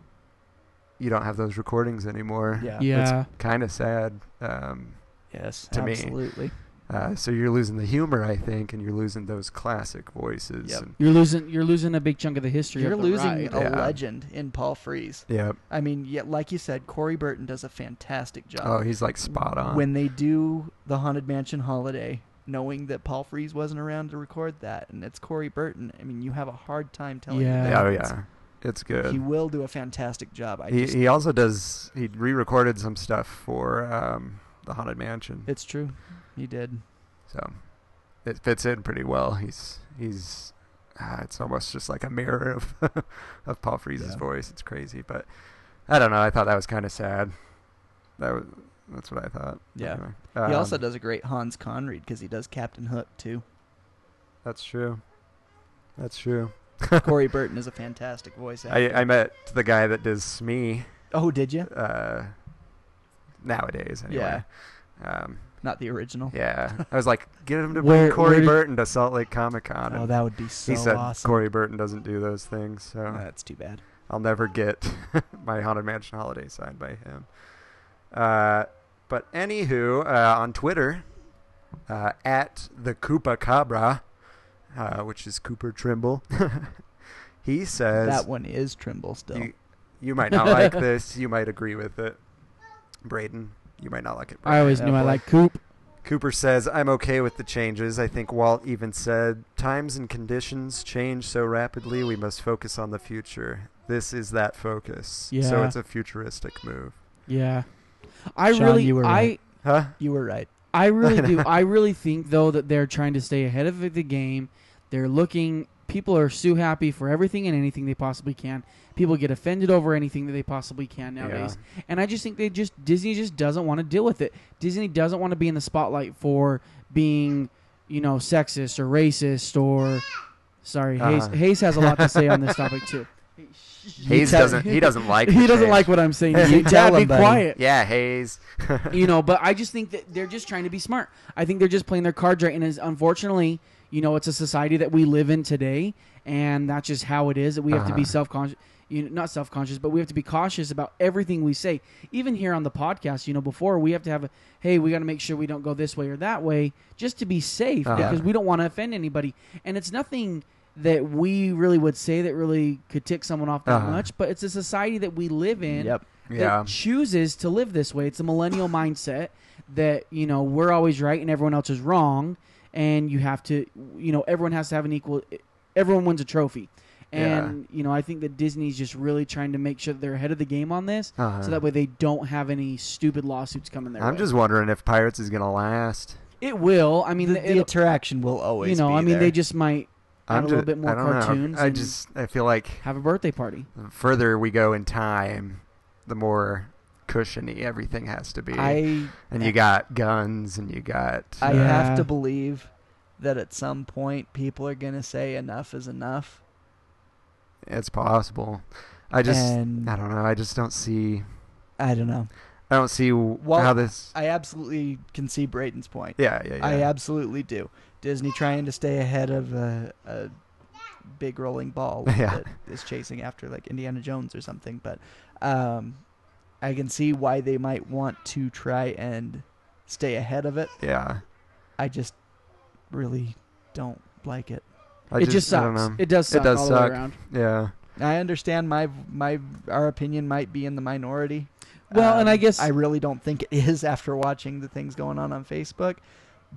Speaker 5: you don't have those recordings anymore.
Speaker 6: yeah.
Speaker 7: Yeah.
Speaker 5: Kind of sad. Um,
Speaker 6: Yes.
Speaker 5: to me.
Speaker 6: absolutely.
Speaker 5: uh, so you're losing the humor, I think, and you're losing those classic voices.
Speaker 6: Yep.
Speaker 5: and-
Speaker 7: You're losing. You're losing a big chunk of the history.
Speaker 6: You're
Speaker 7: of the
Speaker 6: losing
Speaker 7: ride.
Speaker 6: a
Speaker 5: Yeah.
Speaker 6: legend in Paul Frees.
Speaker 5: yep.
Speaker 6: I mean, yeah, like you said, Corey Burton does a fantastic job.
Speaker 5: Oh, he's like spot on.
Speaker 6: Uh, when they do the haunted mansion holiday knowing that paul frees wasn't around to record that and it's corey burton i mean you have a hard time telling
Speaker 7: Yeah.
Speaker 6: him
Speaker 5: oh yeah, it's good.
Speaker 6: he will do a fantastic job i
Speaker 5: he,
Speaker 6: just
Speaker 5: he also does he re-recorded some stuff for um, the haunted mansion
Speaker 6: it's true he did
Speaker 5: so it fits in pretty well he's he's ah, it's almost just like a mirror of (laughs) of paul frees's
Speaker 6: Yeah.
Speaker 5: voice it's crazy but i don't know i thought that was kind of sad that was that's what i thought
Speaker 6: Yeah.
Speaker 5: Anyway,
Speaker 6: he also
Speaker 5: um,
Speaker 6: does a great hans conried because he does captain hook too
Speaker 5: (laughs) that's true that's true
Speaker 6: corey burton is a fantastic voice actor
Speaker 5: I, I met the guy that does Smee
Speaker 6: oh did you
Speaker 5: uh, nowadays anyway. Yeah. Um,
Speaker 6: not the original
Speaker 5: Yeah, I was like, get
Speaker 6: (laughs)
Speaker 5: him to
Speaker 7: Where-
Speaker 5: bring Corey
Speaker 7: where did-
Speaker 5: Burton to Salt Lake Comic Con.
Speaker 6: oh that would be so
Speaker 5: he said
Speaker 6: awesome
Speaker 5: Corey Burton doesn't do those things, so
Speaker 6: Oh, that's too bad
Speaker 5: I'll never get (laughs) my Haunted Mansion Holiday signed by him. Uh, but anywho, uh, on Twitter, uh, at the Koopa Cabra, uh, which is Cooper Trimble, (laughs) he says
Speaker 6: that one is trimble still
Speaker 5: you, you might not like this. You might agree with it, Braden. You might not like it.
Speaker 7: I
Speaker 5: Braden.
Speaker 7: always
Speaker 6: Yeah,
Speaker 7: knew I
Speaker 6: boy.
Speaker 7: liked Coop.
Speaker 5: Cooper says, I'm okay with the changes. I think Walt even said, Times and conditions change so rapidly, we must focus on the future. This is that focus. So
Speaker 7: Yeah.
Speaker 5: it's a futuristic move.
Speaker 7: Yeah. I
Speaker 6: Sean,
Speaker 7: really.
Speaker 6: you were
Speaker 7: I.
Speaker 6: right.
Speaker 5: Huh?
Speaker 6: you were right
Speaker 7: (laughs) I really do. I really think though that they're trying to stay ahead of the game. They're looking. People are so happy for everything and anything they possibly can. People get offended over anything that they possibly can nowadays. And I just think they just Disney just doesn't want to deal with it. Disney doesn't want to be in the spotlight for being, you know, sexist or racist or. Sorry, Hayes,
Speaker 5: Uh-huh.
Speaker 7: Hayes has a lot to say on this topic (laughs) too.
Speaker 5: Hayes
Speaker 6: tell-
Speaker 5: doesn't
Speaker 7: (laughs)
Speaker 5: he doesn't like
Speaker 7: he
Speaker 5: the
Speaker 7: doesn't
Speaker 5: change.
Speaker 7: like what I'm (laughs) saying.
Speaker 5: You
Speaker 7: Dad,
Speaker 6: tell him,
Speaker 7: be
Speaker 6: buddy.
Speaker 7: quiet
Speaker 5: Yeah, Hayes.
Speaker 7: (laughs) you know, but I just think that they're just trying to be smart. I think they're just playing their cards right. And is unfortunately, you know, it's a society that we live in today, and that's just how it is. That we have
Speaker 5: Uh-huh.
Speaker 7: to be self conscious, you know, not self conscious, but we have to be cautious about everything we say. Even here on the podcast, you know, before we have to have a hey, we got to make sure we don't go this way or that way, just to be safe
Speaker 5: Uh-huh.
Speaker 7: because we don't want to offend anybody. And it's nothing that we really would say that really could tick someone off that
Speaker 5: Uh-huh.
Speaker 7: much, but it's a society that we live in
Speaker 6: Yep.
Speaker 7: that
Speaker 5: Yeah.
Speaker 7: chooses to live this way. It's a millennial mindset that you know we're always right and everyone else is wrong, and you have to you know everyone has to have an equal. Everyone wins a trophy, and you know I think that Disney's just really trying to make sure that they're ahead of the game on this,
Speaker 5: Uh-huh.
Speaker 7: so that way they don't have any stupid lawsuits coming
Speaker 5: (laughs)
Speaker 7: their
Speaker 5: I'm
Speaker 7: way.
Speaker 5: just wondering if Pirates is gonna last.
Speaker 7: it will. I mean,
Speaker 6: the, the
Speaker 7: it'll-
Speaker 6: interaction will always
Speaker 7: you know,
Speaker 6: be
Speaker 7: I mean,
Speaker 6: there.
Speaker 7: they just might add
Speaker 5: I'm
Speaker 7: a little
Speaker 5: ju-
Speaker 7: bit more
Speaker 5: I don't know.
Speaker 7: cartoons.
Speaker 5: I
Speaker 7: and
Speaker 5: just I feel like
Speaker 7: have a birthday party.
Speaker 5: the further we go in time, the more cushiony everything has to be.
Speaker 6: I
Speaker 5: and you got guns and you got
Speaker 6: I
Speaker 5: uh,
Speaker 6: have
Speaker 7: Yeah.
Speaker 6: to believe that at some point people are gonna say enough is enough.
Speaker 5: It's possible. I just
Speaker 6: And-
Speaker 5: I don't know. I just don't see
Speaker 6: I don't know.
Speaker 5: I don't see w
Speaker 6: Well,
Speaker 5: how this
Speaker 6: I absolutely can see Brayden's point.
Speaker 5: Yeah, yeah, yeah.
Speaker 6: I absolutely do. Disney trying to stay ahead of a, a big rolling ball
Speaker 5: Yeah.
Speaker 6: that is chasing after like Indiana Jones or something, but um, I can see why they might want to try and stay ahead of it.
Speaker 5: Yeah.
Speaker 6: I just really don't like it.
Speaker 5: I
Speaker 7: it just,
Speaker 5: I don't
Speaker 7: sucks.
Speaker 5: know.
Speaker 7: It does suck
Speaker 5: it does
Speaker 7: all the way
Speaker 5: suck.
Speaker 7: around.
Speaker 5: Yeah.
Speaker 6: I understand my my our opinion might be in the minority. Um,
Speaker 7: Well, and I guess-
Speaker 6: I really don't think it is (laughs) after watching the things going on on Facebook,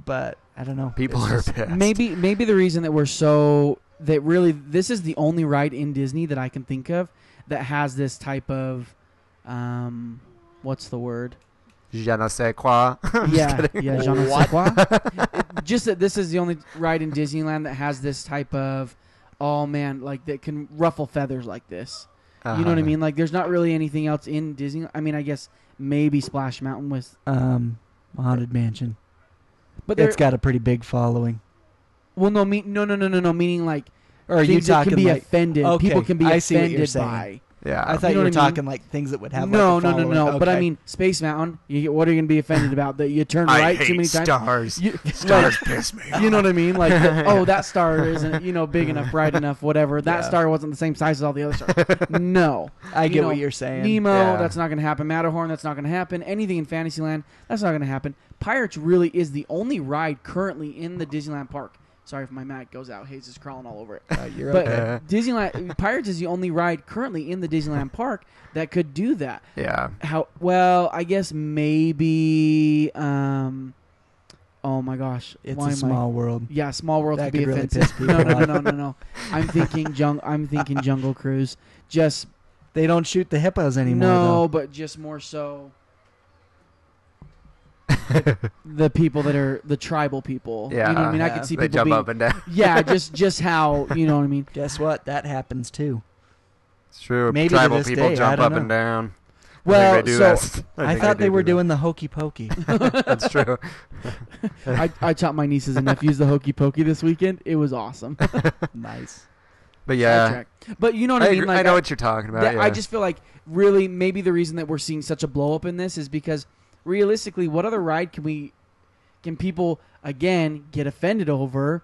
Speaker 6: but I don't know.
Speaker 5: People
Speaker 6: It's
Speaker 5: are (laughs)
Speaker 6: just-
Speaker 5: pissed.
Speaker 7: Maybe maybe the reason that we're so that really this is the only ride in Disney that I can think of that has this type of um what's the word?
Speaker 6: (laughs)
Speaker 5: Je ne sais quoi. I'm just
Speaker 7: yeah,
Speaker 5: kidding.
Speaker 7: yeah, je ne sais quoi.
Speaker 6: (laughs)
Speaker 7: It- Just that this is the only ride in Disneyland that has this type of oh man, like that can ruffle feathers like this. You know what I
Speaker 5: Uh-huh.
Speaker 7: mean? Like there's not really anything else in Disney. I mean, I guess maybe Splash Mountain was
Speaker 6: um haunted mansion.
Speaker 7: but there,
Speaker 6: It's got a pretty big following.
Speaker 7: Well, no, me, no, no, no, no, no. Meaning like,
Speaker 6: Or are you
Speaker 7: things that
Speaker 6: talking
Speaker 7: can be
Speaker 6: like-
Speaker 7: offended. People
Speaker 6: Okay,
Speaker 7: can be
Speaker 6: I see what you're
Speaker 7: offended
Speaker 6: saying.
Speaker 7: by.
Speaker 5: Yeah.
Speaker 6: I thought
Speaker 7: You
Speaker 6: you,
Speaker 7: know
Speaker 6: were
Speaker 7: what I mean?
Speaker 6: talking like things that would have
Speaker 7: no,
Speaker 6: like, a
Speaker 7: no, no, no,
Speaker 6: following.
Speaker 7: But I
Speaker 6: Okay.
Speaker 7: mean, Space Mountain. You get, what are you going to be offended about? That you
Speaker 6: (laughs)
Speaker 7: turn
Speaker 5: I
Speaker 7: right
Speaker 5: hate
Speaker 7: too many times.
Speaker 5: stars.
Speaker 7: You,
Speaker 5: stars piss me.
Speaker 7: you know what I mean?
Speaker 6: (laughs)
Speaker 7: Like, oh, that star isn't you know big enough, bright enough, whatever. That
Speaker 6: Yeah.
Speaker 7: star wasn't the same size as all the other
Speaker 6: (laughs)
Speaker 7: stars. no,
Speaker 6: I
Speaker 7: You
Speaker 6: get
Speaker 7: know,
Speaker 6: what you're saying.
Speaker 7: Nemo,
Speaker 5: Yeah.
Speaker 7: that's not going to happen. Matterhorn, that's not going to happen. Anything in Fantasyland, that's not going to happen. Pirates really is the only ride currently in the Disneyland park. Sorry if my Mac goes out. Hayes is crawling all over
Speaker 6: (laughs)
Speaker 7: it.
Speaker 6: you're
Speaker 7: but
Speaker 5: okay.
Speaker 6: (laughs)
Speaker 7: Disneyland Pirates is the only ride currently in the Disneyland park that could do that.
Speaker 5: Yeah.
Speaker 7: How well, I guess maybe um oh my gosh.
Speaker 6: It's
Speaker 7: why am
Speaker 6: a
Speaker 7: I-
Speaker 6: small world.
Speaker 7: yeah, Small World
Speaker 6: That
Speaker 7: could be
Speaker 6: could really
Speaker 7: offensive.
Speaker 6: piss
Speaker 7: (laughs) no,
Speaker 6: people
Speaker 7: no, no,
Speaker 6: off.
Speaker 7: no, no, no. I'm thinking jung I'm thinking Jungle Cruise. Just
Speaker 6: They don't shoot the hippos anymore.
Speaker 7: no,
Speaker 6: though.
Speaker 7: but just more so the people that are the tribal people. You know what I
Speaker 5: Yeah.
Speaker 7: mean? I
Speaker 6: Yeah.
Speaker 7: could see
Speaker 5: They
Speaker 7: people
Speaker 5: jump
Speaker 7: being,
Speaker 5: up and down.
Speaker 7: (laughs) Yeah, just just how, you know what I mean?
Speaker 6: guess what? That happens too.
Speaker 5: It's true.
Speaker 6: Maybe to
Speaker 5: Tribal
Speaker 6: this
Speaker 5: people
Speaker 6: day, I
Speaker 5: jump
Speaker 6: don't
Speaker 5: up and
Speaker 6: know.
Speaker 5: down. I
Speaker 6: Well,
Speaker 5: think they do
Speaker 6: so
Speaker 5: that.
Speaker 6: I,
Speaker 5: think
Speaker 6: thought
Speaker 5: do
Speaker 6: they were
Speaker 5: do
Speaker 6: doing the hokey pokey.
Speaker 5: that. That's true.
Speaker 7: I, I taught my nieces and nephews the hokey pokey this weekend. It was awesome. (laughs)
Speaker 6: nice.
Speaker 5: But yeah,
Speaker 7: Sidetrack. But you know what I,
Speaker 5: I,
Speaker 7: mean?
Speaker 5: agree-
Speaker 7: Like,
Speaker 5: I know what you're talking about.
Speaker 7: that-
Speaker 5: yeah.
Speaker 7: I just feel like really maybe the reason that we're seeing such a blow up in this is because realistically, what other ride can we can people again get offended over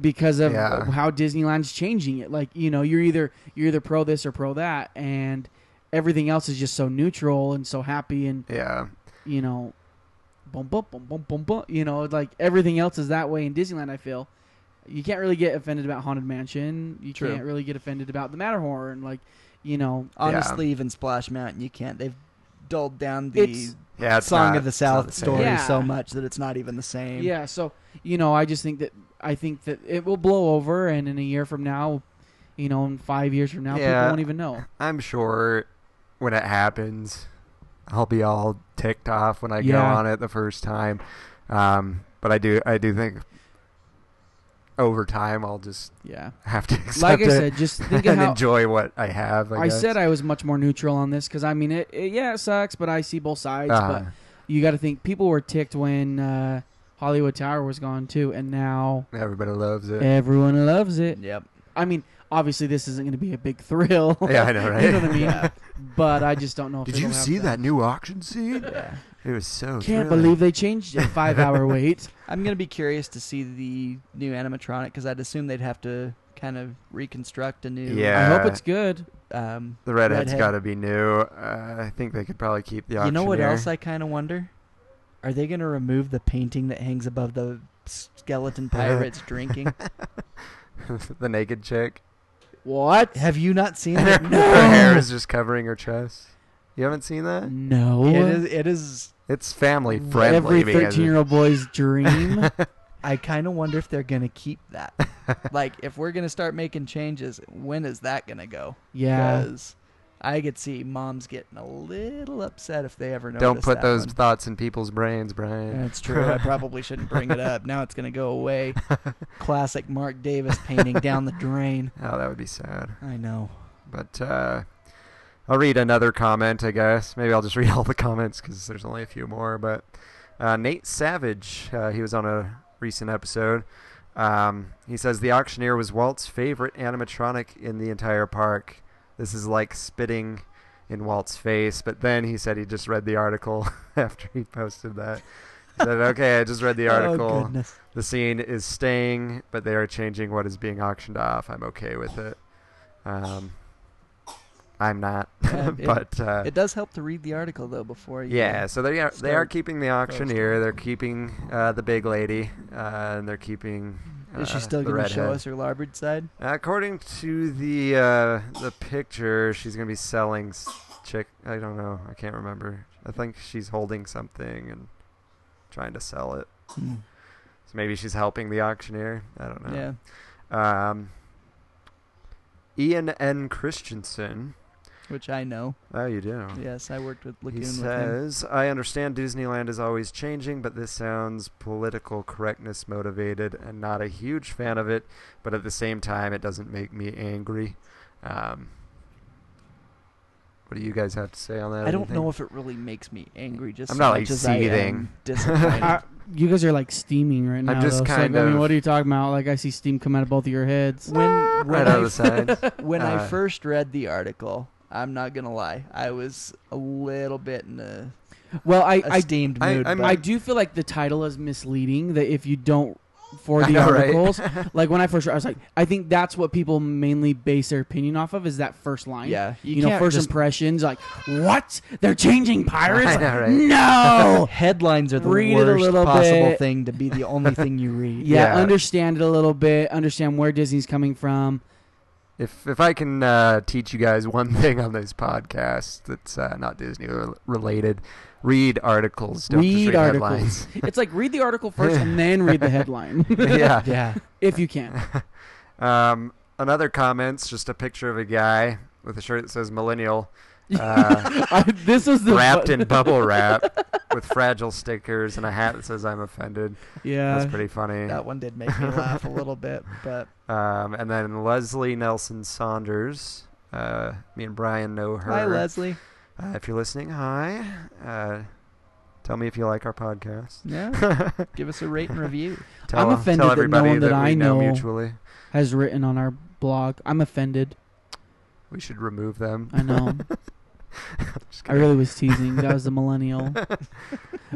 Speaker 7: because of
Speaker 5: Yeah.
Speaker 7: how Disneyland's changing it? Like, you know, you're either you're either pro this or pro that and everything else is just so neutral and so happy and
Speaker 5: yeah.
Speaker 7: you know, boom, boom, boom, boom, boom, boom. You know, like everything else is that way in Disneyland. I feel you can't really get offended about Haunted Mansion. You
Speaker 5: True.
Speaker 7: can't really get offended about the Matterhorn. Like, you know,
Speaker 6: Honestly, even Splash Mountain, you can't. They've dulled down the
Speaker 7: It's-
Speaker 5: Yeah. It's
Speaker 6: Song
Speaker 5: not-
Speaker 6: of the
Speaker 5: it's not
Speaker 6: South
Speaker 5: same.
Speaker 6: story
Speaker 7: Yeah.
Speaker 6: so much that it's not even the same.
Speaker 7: yeah. So you know, I just think that I think that it will blow over, and in a year from now, you know, in five years from now,
Speaker 5: Yeah.
Speaker 7: people won't even know.
Speaker 5: I'm sure when it happens, I'll be all ticked off when I go
Speaker 7: Yeah.
Speaker 5: on it the first time. Um, but I do, I do think over time I'll just (laughs)
Speaker 7: Yeah.
Speaker 5: have to accept
Speaker 7: Like I
Speaker 5: it
Speaker 7: said, just
Speaker 5: (laughs)
Speaker 7: think of
Speaker 5: and
Speaker 7: how
Speaker 5: enjoy what I have. I,
Speaker 7: I said
Speaker 5: guess.
Speaker 7: I was much more neutral on this because I mean it, it. Yeah, it sucks, but I see both sides.
Speaker 5: Uh-huh.
Speaker 7: But you got to think people were ticked when uh, Hollywood Tower was gone too, and now
Speaker 5: everybody loves it.
Speaker 7: everyone loves it.
Speaker 6: Yep.
Speaker 7: I mean, obviously this isn't going to be a big thrill.
Speaker 5: (laughs) Yeah, I know, right?
Speaker 7: (laughs) you know what I mean? But I just don't know. If
Speaker 5: Did
Speaker 7: it'll
Speaker 5: you
Speaker 7: have
Speaker 5: see that new auction scene?
Speaker 6: Yeah.
Speaker 5: It was so. (laughs) thrilling.
Speaker 7: Can't believe they changed it.
Speaker 5: (laughs)
Speaker 7: Five hour wait.
Speaker 6: I'm gonna be curious to see the new animatronic because I'd assume they'd have to kind of reconstruct a new.
Speaker 5: Yeah.
Speaker 7: I hope it's good.
Speaker 6: Um,
Speaker 5: The redhead's
Speaker 6: Redhead.
Speaker 5: got to be new. Uh, I think they could probably keep the
Speaker 6: you
Speaker 5: auctioneer.
Speaker 6: know what else I kind of wonder? Are they gonna remove the painting that hangs above the
Speaker 5: (laughs)
Speaker 6: skeleton pirates drinking?
Speaker 5: the naked
Speaker 7: (laughs)
Speaker 5: chick.
Speaker 7: What?
Speaker 6: Have you not
Speaker 5: (laughs)
Speaker 6: seen it?
Speaker 5: Her hair is just covering her chest. You haven't seen that?
Speaker 7: No.
Speaker 6: It is. It is.
Speaker 5: It's family friendly.
Speaker 7: Every
Speaker 5: because it-
Speaker 7: thirteen year old boy's dream.
Speaker 6: I kind of wonder if they're gonna keep that. like, if we're gonna start making changes, when is that gonna go?
Speaker 7: yeah.
Speaker 6: Because I could see moms getting a little upset if they ever
Speaker 5: (laughs)
Speaker 6: notice.
Speaker 5: Don't put
Speaker 6: that
Speaker 5: those
Speaker 6: one.
Speaker 5: thoughts in people's brains, Brian.
Speaker 6: That's true. I probably shouldn't bring it up. Now it's gonna go
Speaker 5: (laughs)
Speaker 6: away. Classic Mark Davis painting down the drain.
Speaker 5: Oh, that would be sad.
Speaker 6: I know.
Speaker 5: But uh, I'll read another comment, I guess. Maybe I'll just (laughs) read all the comments because there's only a few more. But uh, Nate Savage, uh, he was on a recent episode. Um, he says the auctioneer was Walt's favorite animatronic in the entire park. This is like spitting in Walt's face. But then he said he just read the article (laughs) after he posted that. He
Speaker 6: (laughs)
Speaker 5: said, "Okay, I just read the
Speaker 6: Oh
Speaker 5: article.
Speaker 6: goodness.
Speaker 5: the scene is staying, but they are changing what is being auctioned off. I'm okay with it." Um, I'm not, (laughs)
Speaker 6: Um, it-
Speaker 5: but uh,
Speaker 6: it does help to read the article though before you
Speaker 5: yeah, so they are they are
Speaker 6: Start
Speaker 5: keeping the auctioneer. They're keeping uh, the big lady, uh, and they're keeping. Uh,
Speaker 6: Is she still
Speaker 5: the
Speaker 6: going to
Speaker 5: redhead.
Speaker 6: show us her larboard side?
Speaker 5: According to the uh, the picture, she's gonna be selling s- chick. I don't know. I can't remember. I think she's holding something and trying to sell it. So maybe she's helping the auctioneer. I don't know.
Speaker 6: Yeah.
Speaker 5: Um, Ian N. Christensen.
Speaker 6: Which I know.
Speaker 5: Oh, you do.
Speaker 6: Yes, I worked with Lagoon
Speaker 5: He
Speaker 6: with him.
Speaker 5: says, I understand Disneyland is always changing, but this sounds political correctness motivated and not a huge fan of it, but at the same time, it doesn't make me angry. Um, what do you guys have to say on that?
Speaker 6: I don't
Speaker 5: Anything?
Speaker 6: know if it really makes me angry. Just
Speaker 5: I'm
Speaker 6: so
Speaker 5: not, like,
Speaker 6: much as I am
Speaker 5: seething. (laughs)
Speaker 6: disappointed.
Speaker 7: Uh, you guys are like steaming right now.
Speaker 5: just
Speaker 7: though. It's
Speaker 5: kind
Speaker 7: like, I mean,
Speaker 5: of-
Speaker 7: what are you talking about? Like I see steam come out of both of your
Speaker 5: (laughs)
Speaker 7: heads.
Speaker 6: when
Speaker 5: Right out
Speaker 6: when,
Speaker 5: of
Speaker 6: I,
Speaker 5: the side.
Speaker 6: when I
Speaker 5: uh,
Speaker 6: first read the article, I'm not gonna lie, I was a little bit in a
Speaker 7: Well, I I,
Speaker 6: esteemed
Speaker 5: I-
Speaker 6: mood.
Speaker 5: I'm-
Speaker 6: but
Speaker 7: I do feel like the title is misleading. That if you don't for
Speaker 5: I
Speaker 7: the
Speaker 5: know, (laughs) right?
Speaker 7: articles, like when I first read, I was like, I think that's what people mainly base their opinion off of is that first line.
Speaker 6: Yeah, you
Speaker 7: you, know,
Speaker 6: can't
Speaker 7: first
Speaker 6: just-
Speaker 7: impressions. Like what? They're changing pirates?
Speaker 5: (laughs) I know, right?
Speaker 6: Oh.
Speaker 5: (laughs)
Speaker 7: No.
Speaker 6: (laughs) headlines are the
Speaker 7: Read it a
Speaker 6: worst
Speaker 7: little
Speaker 6: possible
Speaker 7: bit.
Speaker 6: thing to be the (laughs) only thing you read.
Speaker 7: yeah,
Speaker 5: Yeah.
Speaker 7: understand it a little bit. Understand where Disney's coming from.
Speaker 5: If if I can uh, teach you guys (laughs) one thing on this podcast that's uh, not Disney re- related, read articles. Don't just
Speaker 7: read,
Speaker 5: read
Speaker 7: articles. (laughs) it's like read the article first and then read the
Speaker 6: (laughs)
Speaker 7: headline.
Speaker 5: headlines. (laughs) yeah.
Speaker 6: Yeah.
Speaker 7: (laughs) if you can.
Speaker 5: Um, another comment's just a picture of a guy with a shirt that says millennial,
Speaker 6: (laughs)
Speaker 5: uh,
Speaker 7: I, this is the
Speaker 5: wrapped in bubble wrap with fragile stickers and a hat that says I'm offended.
Speaker 7: Yeah.
Speaker 5: That's pretty funny.
Speaker 6: (laughs) That one did make (laughs) me laugh a little bit, but
Speaker 5: Um, and then Leslie Nelson Saunders. Uh, me and Brian know her.
Speaker 6: hi Leslie.
Speaker 5: Uh, if you're listening, hi. Uh, tell me if you like our podcast. (laughs)
Speaker 6: Yeah.
Speaker 5: tell, uh,
Speaker 6: Give us a rate and review. (laughs)
Speaker 5: tell
Speaker 7: offended that no
Speaker 5: everybody
Speaker 7: one that
Speaker 5: we
Speaker 7: I know-
Speaker 5: mutually.
Speaker 7: Has written on our blog. I'm offended.
Speaker 5: We should remove them.
Speaker 6: (laughs)
Speaker 7: I know.
Speaker 5: Just
Speaker 7: I
Speaker 5: kidding.
Speaker 7: really was teasing. That was
Speaker 6: (laughs)
Speaker 7: the millennial.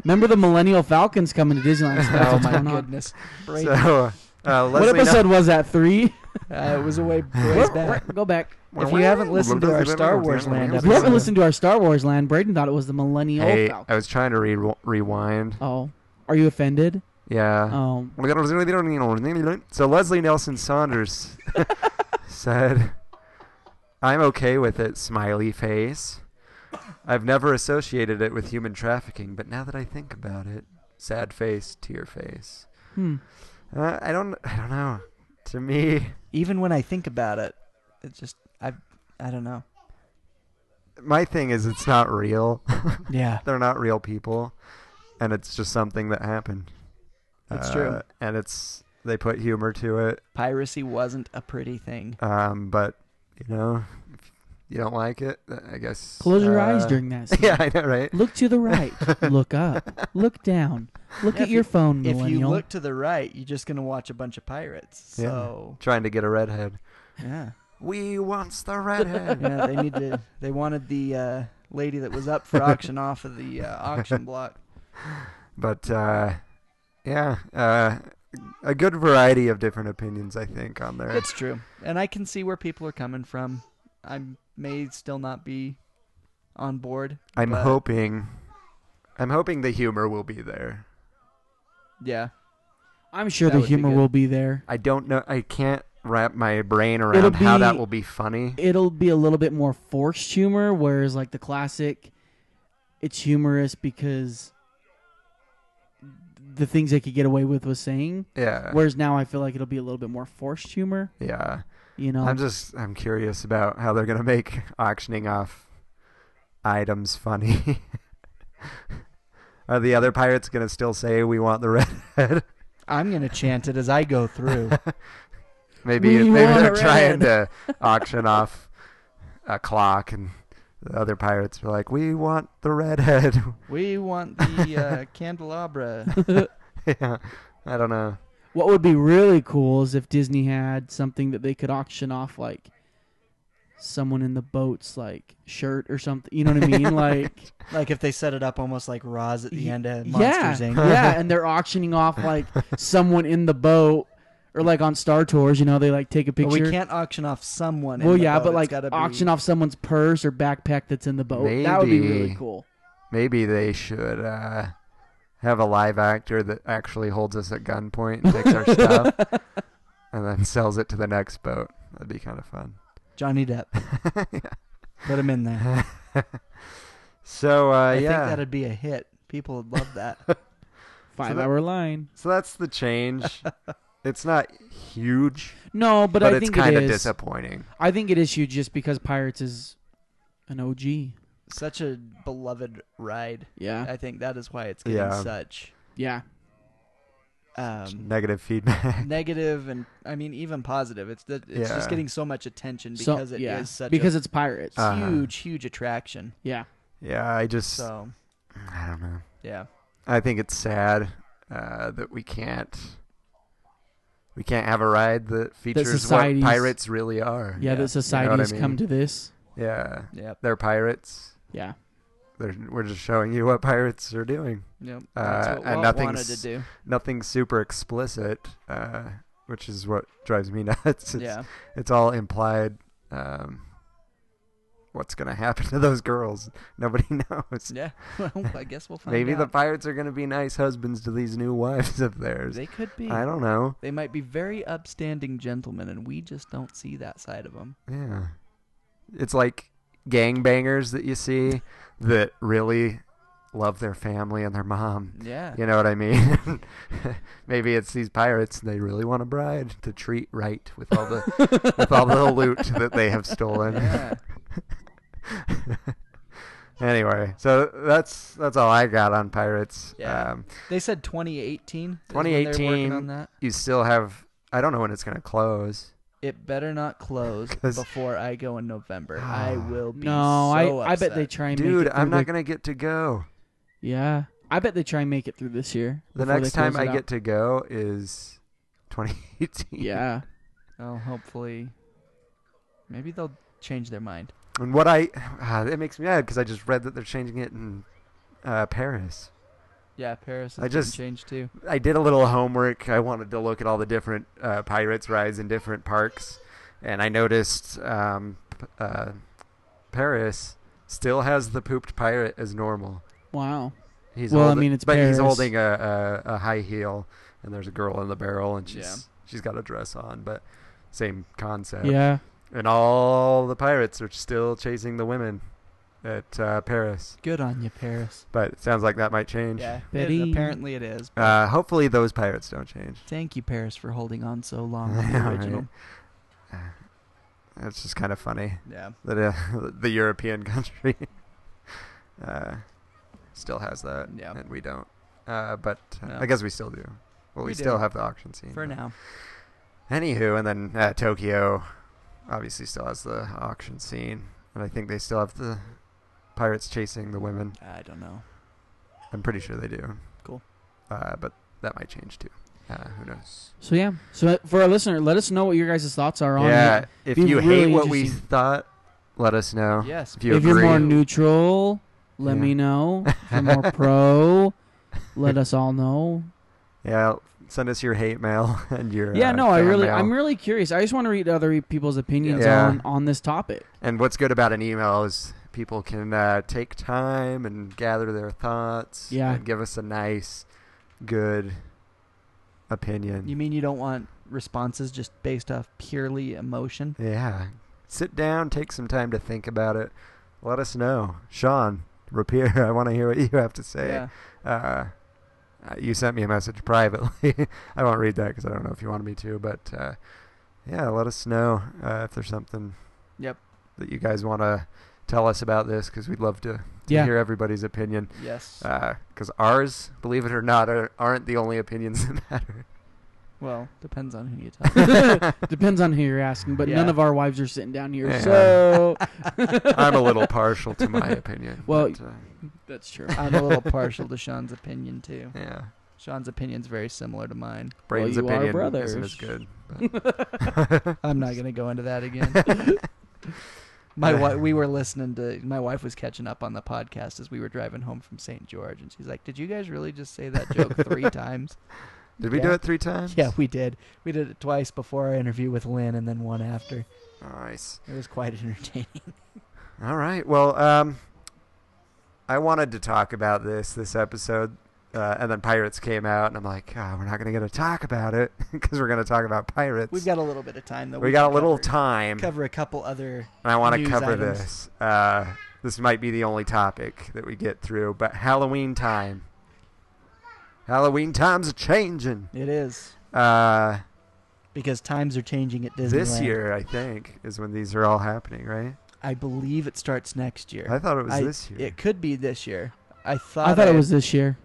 Speaker 7: Remember the millennial Falcons coming to Disneyland? So that's
Speaker 6: Oh
Speaker 7: what's
Speaker 6: my
Speaker 7: going on.
Speaker 6: goodness. Brain.
Speaker 5: so,
Speaker 7: (laughs)
Speaker 5: uh,
Speaker 7: What
Speaker 5: Leslie Nel-
Speaker 7: episode was that? Three.
Speaker 6: Uh, it was
Speaker 7: (laughs)
Speaker 6: away ways back.
Speaker 7: Go back.
Speaker 6: If you haven't listened to our Star Wars Land
Speaker 7: If you haven't
Speaker 6: Episode.
Speaker 7: listened to our Star Wars land, Braden thought it was the millennial
Speaker 5: Hey, I
Speaker 7: Falcons.
Speaker 5: was trying to re- rewind.
Speaker 7: Oh, are you offended?
Speaker 5: Yeah.
Speaker 7: Um,
Speaker 5: So Leslie Nelson
Speaker 6: (laughs)
Speaker 5: Saunders said, "I'm okay with it." Smiley face. I've never associated it with human trafficking, but now that I think about it, sad face, tear face.
Speaker 7: hmm.
Speaker 5: Uh, I don't. I don't know. To me,
Speaker 6: Even when I think about it, it just I I don't know.
Speaker 5: my thing is it's not real. (laughs)
Speaker 6: Yeah.
Speaker 5: They're not real people, and it's just something that happened. Uh,
Speaker 6: That's true.
Speaker 5: And it's they put humor to it,
Speaker 6: Piracy wasn't a pretty thing.
Speaker 5: Um, but you know, if you don't like it, uh, I guess.
Speaker 7: Close your
Speaker 5: uh,
Speaker 7: eyes
Speaker 5: (laughs)
Speaker 7: during that. scene.
Speaker 5: Yeah, I know, right?
Speaker 7: Look to the right. look up. Look down. Look
Speaker 6: Yeah,
Speaker 7: at
Speaker 6: if
Speaker 7: your
Speaker 6: you-
Speaker 7: phone,
Speaker 6: If
Speaker 7: millennial.
Speaker 6: you look to the right, you're just gonna watch a bunch of pirates.
Speaker 5: Yeah.
Speaker 6: So
Speaker 5: Trying to get a redhead.
Speaker 6: yeah,
Speaker 5: We wants the redhead.
Speaker 7: (laughs)
Speaker 6: yeah. They need to. They wanted the uh, lady that was (laughs) up for auction off of the uh, auction block.
Speaker 5: But uh, yeah, uh, a good variety of different opinions, I think, on there.
Speaker 6: It's true, and I can see where people are coming from. I may still not be on board.
Speaker 5: I'm
Speaker 6: but-
Speaker 5: hoping, I'm hoping the humor will be there.
Speaker 6: Yeah,
Speaker 7: I'm sure
Speaker 6: That
Speaker 7: the
Speaker 6: would be
Speaker 7: humor
Speaker 6: good.
Speaker 7: will be there.
Speaker 5: I don't know. I can't wrap my brain
Speaker 7: It'll
Speaker 5: around how that
Speaker 7: be-
Speaker 5: will be funny.
Speaker 7: It'll be a little bit more forced humor, whereas like the classic, it's humorous because the things they could get away with was saying.
Speaker 5: yeah.
Speaker 7: Whereas now I feel like it'll be a little bit more forced humor.
Speaker 5: Yeah.
Speaker 7: You know,
Speaker 5: I'm just I'm curious about how they're gonna make auctioning off items funny. (laughs) Are the other pirates gonna still say we want the redhead?
Speaker 6: I'm gonna chant it as I go through.
Speaker 5: (laughs) maybe
Speaker 7: We
Speaker 5: maybe
Speaker 7: want
Speaker 5: they're (laughs)
Speaker 7: a
Speaker 5: trying to auction off a clock, and the other pirates are like, we want the redhead.
Speaker 6: we want the uh, candelabra.
Speaker 5: (laughs) yeah, I don't know.
Speaker 7: what would be really cool is if Disney had something that they could auction off, like someone in the boat's like shirt or something. You know what I
Speaker 5: (laughs)
Speaker 7: mean? like.
Speaker 6: like if they set it up almost like Roz at the
Speaker 7: Ye-
Speaker 6: end of
Speaker 7: yeah,
Speaker 5: (laughs)
Speaker 6: (laughs) Monsters Inc.
Speaker 7: yeah, and they're auctioning off like someone in the boat or like on Star Tours, you know, they like take a picture.
Speaker 6: But we can't auction off someone. in
Speaker 7: Well,
Speaker 6: the
Speaker 7: yeah,
Speaker 6: boat.
Speaker 7: but
Speaker 6: It's
Speaker 7: like
Speaker 6: gotta be-
Speaker 7: auction off someone's purse or backpack that's in the boat. That would be really
Speaker 5: Maybe.
Speaker 7: cool.
Speaker 5: Maybe they should uh, have a live actor that actually holds us at gunpoint and takes our stuff
Speaker 7: (laughs)
Speaker 5: and then sells it to the next boat. That'd be kind of fun.
Speaker 6: Johnny Depp. Put
Speaker 5: (laughs)
Speaker 6: him in there.
Speaker 5: So uh,
Speaker 6: I
Speaker 5: yeah,
Speaker 6: think that'd be a hit. People would
Speaker 5: (laughs)
Speaker 6: love that.
Speaker 7: Five hour line.
Speaker 5: so that's the change. it's not huge,
Speaker 7: No, but,
Speaker 5: but,
Speaker 7: I
Speaker 5: it's
Speaker 7: think
Speaker 5: kind
Speaker 7: it
Speaker 5: of
Speaker 7: is.
Speaker 5: disappointing.
Speaker 7: I think it is huge just because Pirates is an OG.
Speaker 6: Such a beloved ride.
Speaker 7: Yeah.
Speaker 6: I think that is why it's getting
Speaker 5: Yeah.
Speaker 6: such
Speaker 7: Yeah.
Speaker 6: um,
Speaker 5: Negative feedback.
Speaker 6: negative and I mean even positive. It's the, it's
Speaker 5: Yeah.
Speaker 6: just getting so much attention
Speaker 7: So-
Speaker 6: because it is
Speaker 7: yeah.
Speaker 6: such
Speaker 7: because
Speaker 6: a
Speaker 7: it's Pirates.
Speaker 5: Uh-huh.
Speaker 6: huge huge attraction.
Speaker 7: yeah.
Speaker 5: (laughs) yeah, I just
Speaker 6: So
Speaker 5: I don't know.
Speaker 6: yeah,
Speaker 5: I think it's sad uh, that we can't we can't have a ride that features what
Speaker 7: society's-
Speaker 5: pirates really are.
Speaker 7: Yeah,
Speaker 6: Yeah.
Speaker 7: that society
Speaker 5: I
Speaker 7: has come
Speaker 5: mean?
Speaker 7: to this.
Speaker 5: Yeah,
Speaker 6: yep,
Speaker 5: they're pirates.
Speaker 7: Yeah.
Speaker 5: They're, we're just showing you what (laughs) pirates are doing.
Speaker 6: yep.
Speaker 5: Uh,
Speaker 6: That's what
Speaker 5: and
Speaker 6: Walt wanted to
Speaker 5: nothing's- (laughs)
Speaker 6: do.
Speaker 5: Nothing super explicit, uh, which is what drives me (laughs) nuts. It's,
Speaker 6: Yeah,
Speaker 5: it's all implied. Um, what's gonna happen to those girls? Nobody (laughs) knows.
Speaker 6: yeah. (laughs) Well, I guess we'll find
Speaker 5: Maybe the
Speaker 6: out.
Speaker 5: pirates are gonna be nice husbands to these new (laughs) wives of theirs.
Speaker 6: they could be.
Speaker 5: I don't know.
Speaker 6: They might be very upstanding gentlemen, and we just don't see that side of them.
Speaker 5: Yeah. It's like gangbangers that you see that really love their family and their mom.
Speaker 6: Yeah.
Speaker 5: You know what I mean? (laughs) Maybe it's these pirates they really want a bride to treat right with all the with all the loot that they have stolen.
Speaker 6: Yeah.
Speaker 5: (laughs) anyway, so that's that's all I got on pirates.
Speaker 6: Yeah.
Speaker 5: Um,
Speaker 6: They said 2018. is when they're working
Speaker 5: 2018.
Speaker 6: on that.
Speaker 5: you still have I don't know when it's going to close.
Speaker 6: It better not close
Speaker 5: (laughs) 'Cause- Ah,
Speaker 6: before I go in November. I will be
Speaker 7: No,
Speaker 6: so
Speaker 7: I, I bet they
Speaker 6: upset.
Speaker 7: try and make
Speaker 5: Dude,
Speaker 7: it through
Speaker 5: I'm not
Speaker 7: the-
Speaker 5: going to get to go.
Speaker 7: Yeah. I bet they try and make it through this year.
Speaker 5: The
Speaker 7: before they
Speaker 5: next time
Speaker 7: close it
Speaker 5: I
Speaker 7: out. (laughs)
Speaker 5: get to go is 2018.
Speaker 7: Yeah.
Speaker 6: Well, hopefully, maybe they'll change their mind.
Speaker 5: And what I (sighs) uh, it makes me mad because I just read that they're changing it in uh, Paris.
Speaker 6: Yeah, Paris.
Speaker 5: I
Speaker 6: Is just
Speaker 5: just-
Speaker 6: changed too.
Speaker 5: I did a little homework. I wanted to look at all the different uh, pirates rides in different parks, and I noticed um, p- uh, Paris still has the pooped pirate as normal.
Speaker 7: Wow.
Speaker 5: He's
Speaker 7: Well, I
Speaker 5: holding-
Speaker 7: mean, it's
Speaker 5: but
Speaker 7: Paris.
Speaker 5: he's holding a, a, a high heel, and there's a girl in the barrel, and she's she's got a dress on, but same concept.
Speaker 7: Yeah.
Speaker 5: And all the pirates are still chasing the women at uh, Paris,
Speaker 6: Good on you, Paris.
Speaker 5: but it sounds like that might change.
Speaker 6: Yeah, it,
Speaker 7: Betty.
Speaker 6: apparently it is. but
Speaker 5: Uh, hopefully, those pirates don't change.
Speaker 6: Thank you, Paris, for holding
Speaker 5: (laughs)
Speaker 6: on so long. To the
Speaker 5: Yeah, right.
Speaker 6: original.
Speaker 5: That's just kind of funny
Speaker 6: Yeah.
Speaker 5: that uh, (laughs) the European country uh, still has that,
Speaker 6: Yeah.
Speaker 5: and we don't. Uh, but uh,
Speaker 6: No.
Speaker 5: I guess we still do. Well, we,
Speaker 6: We
Speaker 5: still
Speaker 6: do.
Speaker 5: have the auction scene.
Speaker 6: For
Speaker 5: but-
Speaker 6: now.
Speaker 5: Anywho, and then uh, Tokyo obviously still has the auction scene, and I think they still have the pirates chasing the women.
Speaker 6: I don't know.
Speaker 5: I'm pretty sure they do.
Speaker 6: Cool.
Speaker 5: Uh, but that might change too. Uh, who knows?
Speaker 7: So yeah. So uh, for our listener, let us know what your guys' thoughts are on
Speaker 5: yeah,
Speaker 7: it.
Speaker 5: if
Speaker 7: Be
Speaker 5: you
Speaker 7: really
Speaker 5: hate what we
Speaker 7: interesting.
Speaker 5: thought, let us know.
Speaker 6: Yes.
Speaker 5: If you
Speaker 7: if
Speaker 5: agree,
Speaker 7: you're more neutral, let
Speaker 5: Yeah.
Speaker 7: me know. If
Speaker 5: (laughs)
Speaker 7: you're more pro, let us all know.
Speaker 5: yeah, send us your hate mail (laughs) and your
Speaker 7: Yeah,
Speaker 5: uh,
Speaker 7: no, I
Speaker 5: fan
Speaker 7: really,
Speaker 5: mail.
Speaker 7: I'm really curious. I just want to read other people's opinions
Speaker 5: Yeah.
Speaker 7: on on this topic.
Speaker 5: And what's good about an email is people can uh, take time and gather their thoughts.
Speaker 7: Yeah.
Speaker 5: And give us a nice, good opinion.
Speaker 6: You mean you don't want responses just based off purely emotion?
Speaker 5: yeah. Sit down, take some time to think about it. Let us know. Sean, Rapier, (laughs) I want to hear what you have to say.
Speaker 6: Yeah.
Speaker 5: Uh, uh, you sent me a message privately. (laughs) I won't read that because I don't know if you wanted me to, but uh, yeah, let us know uh, if there's something
Speaker 6: Yep.
Speaker 5: that you guys want to tell us about this because we'd love to, to
Speaker 7: Yeah.
Speaker 5: hear everybody's opinion.
Speaker 6: Yes.
Speaker 5: Uh, because ours, believe it or not, are, aren't the only opinions (laughs) that matter.
Speaker 6: well, depends on who you
Speaker 5: (laughs)
Speaker 6: talk.
Speaker 7: (laughs) Depends on who you're asking, but none
Speaker 6: Yeah.
Speaker 7: of our wives are sitting down here,
Speaker 5: Yeah. (laughs)
Speaker 7: so
Speaker 5: I'm a little partial to my opinion.
Speaker 7: Well,
Speaker 5: but, uh,
Speaker 7: that's true.
Speaker 6: I'm a little partial to Sean's opinion too.
Speaker 5: yeah,
Speaker 6: Sean's opinion's very similar to mine.
Speaker 5: Brayden's
Speaker 7: you are
Speaker 5: opinion isn't
Speaker 7: brothers.
Speaker 5: as good. but-
Speaker 6: I'm not gonna go into that (laughs) again. my (laughs) wi- we were listening to my wife was catching up on the (laughs) podcast as we were driving home from St. George, and she's like, "Did you guys really just say that joke three times?"
Speaker 5: Did we do
Speaker 6: Yeah.
Speaker 5: it three times?
Speaker 6: Yeah, we did. We did it twice before our interview with Lynn and then one after.
Speaker 5: Nice.
Speaker 6: It was quite entertaining.
Speaker 5: All right. Well, um, I wanted to talk about this this episode, uh, and then Pirates came out, and I'm like, "Ah, we're not going to get to talk about it (laughs) because we're going to talk about Pirates.
Speaker 6: We've got a little bit of time though.
Speaker 5: we got
Speaker 6: can
Speaker 5: a little
Speaker 6: cover-
Speaker 5: time, and
Speaker 6: Cover a couple other.
Speaker 5: I want to
Speaker 6: news
Speaker 5: cover
Speaker 6: items.
Speaker 5: this. Uh, this might be the only topic that we get through, but Halloween time. Halloween times are changing.
Speaker 6: It is
Speaker 5: Uh,
Speaker 6: because times are changing at Disneyland.
Speaker 5: this year, I think, is when these are all happening, right?
Speaker 6: I believe it starts next year.
Speaker 5: I thought it was
Speaker 6: I-
Speaker 5: this year.
Speaker 6: It could be this year. I thought.
Speaker 7: I thought it was this year.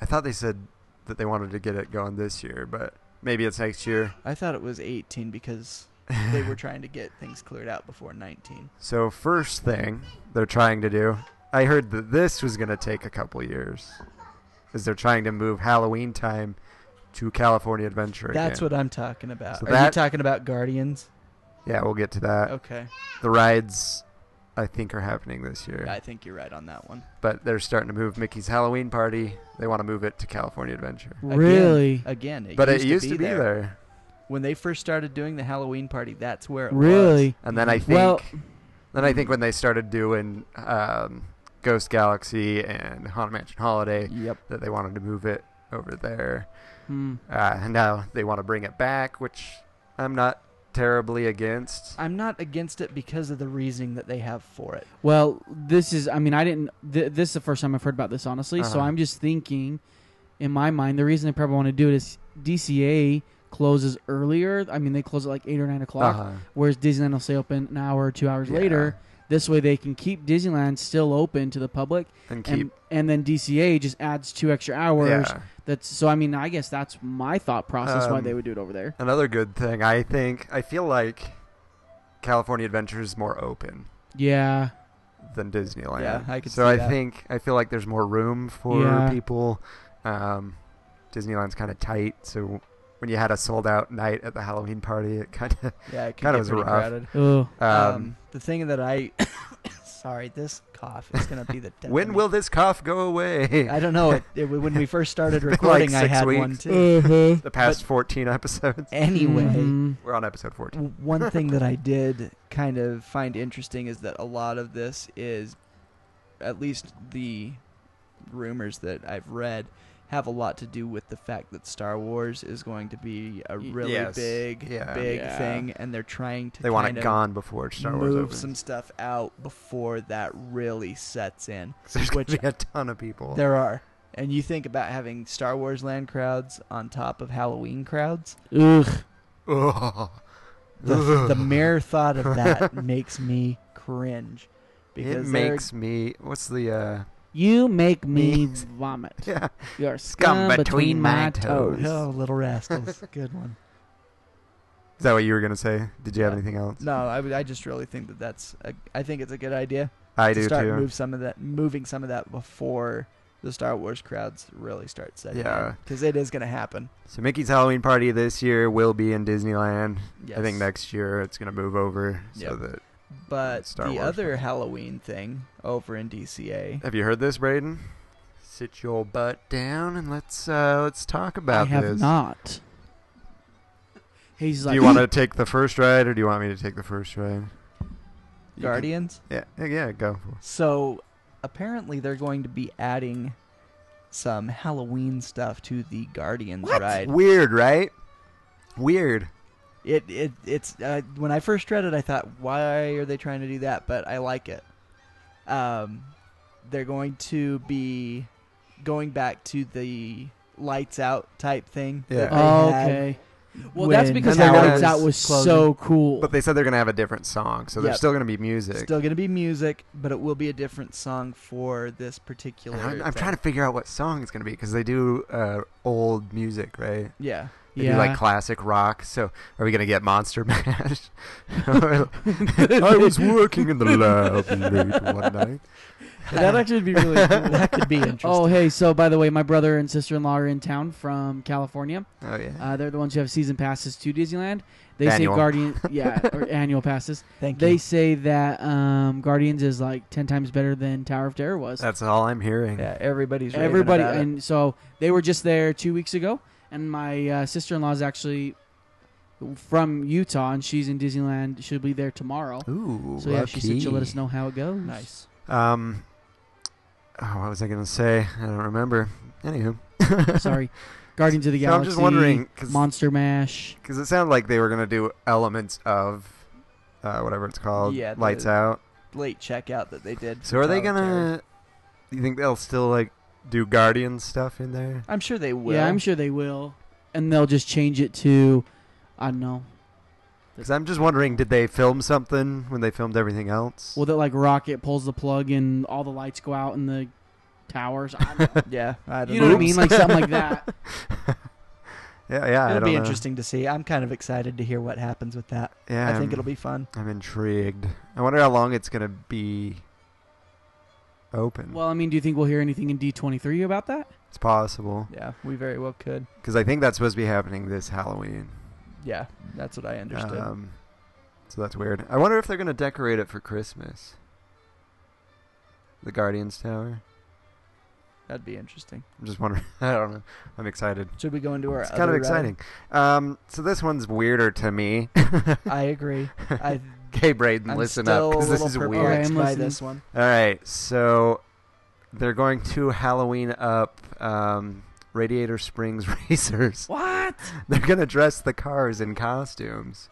Speaker 5: I thought they said that they wanted to get it going this year, but maybe it's next year.
Speaker 6: I thought it was
Speaker 5: (laughs)
Speaker 6: 18 because they were trying to get things cleared out before 19.
Speaker 5: So first thing they're trying to do, I heard that this was going to take a couple years, is they're trying to move Halloween time to California Adventure.
Speaker 6: That's
Speaker 5: again.
Speaker 6: what I'm talking about.
Speaker 5: So
Speaker 6: Are you
Speaker 5: that- Uh,
Speaker 6: talking about Guardians?
Speaker 5: Yeah, we'll get to that.
Speaker 6: Okay.
Speaker 5: The rides, I think, are happening this year,
Speaker 6: I think you're right on that one.
Speaker 5: but they're starting to move Mickey's Halloween party. They want to move it to California Adventure,
Speaker 6: Again-
Speaker 5: Uh,
Speaker 7: Really?
Speaker 6: Again, it
Speaker 5: but
Speaker 6: used
Speaker 5: it used to be,
Speaker 6: there.
Speaker 5: there.
Speaker 6: When they first started doing the Halloween party, that's where it Mhm.
Speaker 7: Really?
Speaker 5: And then I think,
Speaker 7: Well-
Speaker 5: then I think when they started doing um, Ghost Galaxy and Haunted Mansion Holiday,
Speaker 6: was. Yep.
Speaker 5: that they wanted to move it over there.
Speaker 7: Hmm.
Speaker 5: Uh, and now they want to bring it back, which I'm not terribly against. Uh,
Speaker 6: I'm not against it because of the reasoning that they have for it.
Speaker 7: Well, this is. I mean, I didn't. Th- this is the first time I've heard about this, honestly. So
Speaker 5: Uh-huh.
Speaker 7: I'm just thinking, in my mind, the reason they probably want to do it is DCA closes earlier. I mean, they close at like eight or nine o'clock,
Speaker 5: Uh-huh.
Speaker 7: whereas Disneyland will stay open an hour or two hours
Speaker 5: Yeah.
Speaker 7: later. This way, they can keep Disneyland still open to the public,
Speaker 5: And
Speaker 7: and,
Speaker 5: keep
Speaker 7: and then DCA just adds two extra hours.
Speaker 5: Yeah.
Speaker 7: That's so. I mean, I guess that's my thought process why
Speaker 5: Um,
Speaker 7: they would do it over there.
Speaker 5: another good thing. I think I feel like California Adventure is more open
Speaker 7: Yeah.
Speaker 5: than Disneyland.
Speaker 6: Yeah, I could
Speaker 5: So
Speaker 6: see
Speaker 5: I
Speaker 6: that.
Speaker 5: think I feel like there's more room for
Speaker 7: Yeah.
Speaker 5: people. Um, Disneyland's kind of tight, so when you had a sold out night at the Halloween party, it kind of
Speaker 6: Yeah,
Speaker 5: Kinda (laughs)
Speaker 6: it can get
Speaker 5: was
Speaker 6: pretty
Speaker 5: rough.
Speaker 6: crowded.
Speaker 7: Ugh.
Speaker 5: um,
Speaker 6: Um, the thing that I, (coughs) sorry, this cough is
Speaker 5: (laughs)
Speaker 6: gonna be the death. of
Speaker 5: when
Speaker 6: me.
Speaker 5: will this cough go away? (laughs)
Speaker 6: I don't know. It, it, when we first started
Speaker 5: It's been
Speaker 6: recording,
Speaker 5: (laughs) like
Speaker 6: I
Speaker 5: six
Speaker 6: had
Speaker 5: weeks.
Speaker 6: one too.
Speaker 5: the past 14 episodes. (laughs)
Speaker 6: Anyway,
Speaker 7: Mhm.
Speaker 5: We're on episode 14.
Speaker 6: w- one thing that I did kind of find interesting is that a lot of this is, at least the rumors that I've read, have a lot to do with the fact that Star Wars is going to be a really
Speaker 5: yes.
Speaker 6: big,
Speaker 5: Yeah.
Speaker 6: big
Speaker 7: Yeah.
Speaker 6: thing, and they're trying to
Speaker 5: They want
Speaker 6: kind
Speaker 5: it
Speaker 6: of
Speaker 5: gone before Star Wars
Speaker 6: move
Speaker 5: opens.
Speaker 6: some stuff out before that really sets in.
Speaker 5: 'Cause (laughs) There's going
Speaker 6: which-
Speaker 5: to be a ton of people.
Speaker 6: There are. And you think about having Star Wars land crowds on top of Halloween crowds.
Speaker 7: Ugh.
Speaker 5: (laughs) Ugh.
Speaker 6: (laughs) The, the mere thought of (laughs) that makes me cringe.
Speaker 5: it
Speaker 6: Because they're-
Speaker 5: makes me. What's the uh? (laughs)
Speaker 7: You make
Speaker 5: Me.
Speaker 7: me vomit.
Speaker 5: Yeah,
Speaker 7: Your
Speaker 5: Scum
Speaker 7: scum,
Speaker 5: between
Speaker 7: between,
Speaker 5: my
Speaker 7: my toes.
Speaker 5: toes.
Speaker 6: Oh, (laughs) little rascals. Good one.
Speaker 5: is that what you were gonna say? Did you have
Speaker 6: Yeah.
Speaker 5: anything else?
Speaker 6: No, I, would- I just really think that that's. A, I think it's a good idea.
Speaker 5: I
Speaker 6: to
Speaker 5: do
Speaker 6: start
Speaker 5: too.
Speaker 6: Move some of that, moving some of that before the Star Wars crowds really start setting.
Speaker 5: Yeah.
Speaker 6: Because it is going to happen.
Speaker 5: So Mickey's Halloween party this year will be in Disneyland.
Speaker 6: Yes.
Speaker 5: I think next year it's gonna move over. So
Speaker 6: Yep.
Speaker 5: that
Speaker 6: But
Speaker 5: Star
Speaker 6: the
Speaker 5: Wars
Speaker 6: other
Speaker 5: party.
Speaker 6: Halloween thing over in DCA.
Speaker 5: have you heard this, Braden? Sit your butt down and let's uh let's talk
Speaker 7: I
Speaker 5: about
Speaker 7: have
Speaker 5: this.
Speaker 7: not. He's
Speaker 5: Do
Speaker 7: like,
Speaker 5: you want to take the first ride or do you want me to take the first ride? You can-
Speaker 6: Guardians.
Speaker 5: Yeah, yeah, go for it.
Speaker 6: So apparently they're going to be adding some Halloween stuff to the Guardians ride.
Speaker 5: Weird, right? Weird.
Speaker 6: It it it's uh, when I first read it, I thought, why are they trying to do that? But I like it. Um, they're going to be going back to the lights out type thing. that
Speaker 5: Yeah.
Speaker 6: they
Speaker 7: Oh,
Speaker 6: had.
Speaker 7: okay. Well, that's
Speaker 6: when
Speaker 7: because
Speaker 5: And
Speaker 7: the
Speaker 5: they're
Speaker 7: lights
Speaker 5: gonna-
Speaker 7: out was
Speaker 6: closing.
Speaker 7: so cool.
Speaker 5: But they said they're gonna have a different song, so there's
Speaker 6: Yep.
Speaker 5: still gonna be music.
Speaker 6: Still going to be music, but it will be a different song for this particular.
Speaker 5: And I'm, I'm
Speaker 6: thing.
Speaker 5: trying to figure out what song it's gonna be because they do uh, old music, right?
Speaker 6: (laughs) Yeah.
Speaker 5: They
Speaker 7: yeah.
Speaker 5: do like classic rock. So are we gonna get Monster (laughs) Mash? I was working in the lab late one night.
Speaker 7: that actually would
Speaker 5: (laughs)
Speaker 7: be really cool.
Speaker 6: that (laughs) could be interesting.
Speaker 7: oh, hey. So, by the way, my brother and sister in law are in town from California.
Speaker 5: Oh yeah.
Speaker 7: Uh, they're the ones who have season passes to Disneyland. They
Speaker 5: Annual. (laughs)
Speaker 7: say Guardian, yeah, or annual passes.
Speaker 6: Thank
Speaker 7: They
Speaker 6: you.
Speaker 7: say that um, Guardians is like ten times better than Tower of
Speaker 5: Uh,
Speaker 7: Terror was.
Speaker 5: That's all I'm hearing.
Speaker 6: Yeah, everybody's raving
Speaker 7: Everybody,
Speaker 6: about it.
Speaker 7: and so they were just there two weeks ago, and my uh, sister in law is actually from Utah, and she's in Disneyland. She'll be there tomorrow.
Speaker 5: Ooh,
Speaker 7: so yeah, she said she'll let us know how it goes.
Speaker 6: Nice.
Speaker 5: Um, oh, what was I gonna say? I don't remember. Anywho, (laughs)
Speaker 7: Sorry, Guardians of the
Speaker 5: So I'm
Speaker 7: Galaxy.
Speaker 5: just wondering, 'cause-
Speaker 7: Monster Mash.
Speaker 5: because it sounded like they were gonna do elements of uh, whatever it's called,
Speaker 6: Yeah,
Speaker 5: lights
Speaker 6: the-
Speaker 5: out.
Speaker 6: Late checkout that they did.
Speaker 5: So are they
Speaker 6: Tyler Perry.
Speaker 5: gonna? You think they'll still like do Guardian stuff in there?
Speaker 6: I'm sure they will.
Speaker 7: Yeah, I'm sure they will, and they'll just change it to, I don't know.
Speaker 5: Because I'm just wondering, did they film something when they filmed everything else?
Speaker 7: Well, that like Rocket pulls the plug and all the lights go out in the towers.
Speaker 5: (laughs)
Speaker 7: I don't
Speaker 6: Yeah, I
Speaker 7: know.
Speaker 6: don't
Speaker 7: you know what I
Speaker 6: Oops.
Speaker 7: mean? Like something like that.
Speaker 5: yeah, yeah. I
Speaker 6: It'll
Speaker 5: don't
Speaker 6: be
Speaker 5: know.
Speaker 6: interesting to see. I'm kind of excited to hear what happens with that.
Speaker 5: Yeah,
Speaker 6: I think
Speaker 5: I'm-
Speaker 6: it'll be fun.
Speaker 5: I'm intrigued. I wonder how long it's gonna be open.
Speaker 7: Well, I mean, do you think we'll hear anything in D23 about that?
Speaker 5: it's possible
Speaker 6: Yeah, we very well could.
Speaker 5: because I think that's supposed to be happening this Halloween.
Speaker 6: Yeah, that's what I understood.
Speaker 5: Um, so that's weird. I wonder if they're gonna decorate it for Christmas. The Guardians Tower.
Speaker 6: That'd be interesting.
Speaker 5: I'm just wondering. (laughs) I don't know. I'm excited.
Speaker 6: Should we go into our?
Speaker 5: It's kind
Speaker 6: other uh,
Speaker 5: of
Speaker 6: round?
Speaker 5: exciting. Um, so this one's weirder to me.
Speaker 6: (laughs)
Speaker 5: (laughs)
Speaker 6: I agree. I,
Speaker 5: Okay, Braden,
Speaker 6: I'm
Speaker 5: listen
Speaker 6: still
Speaker 5: up
Speaker 6: a
Speaker 5: because this
Speaker 6: little
Speaker 5: is
Speaker 6: perplexed
Speaker 5: weird.
Speaker 7: Okay, I'm
Speaker 6: by
Speaker 7: listening.
Speaker 6: this one.
Speaker 5: All right, so they're going to Halloween up um, Radiator Springs (laughs) racers.
Speaker 7: What?
Speaker 5: They're gonna dress the cars in costumes.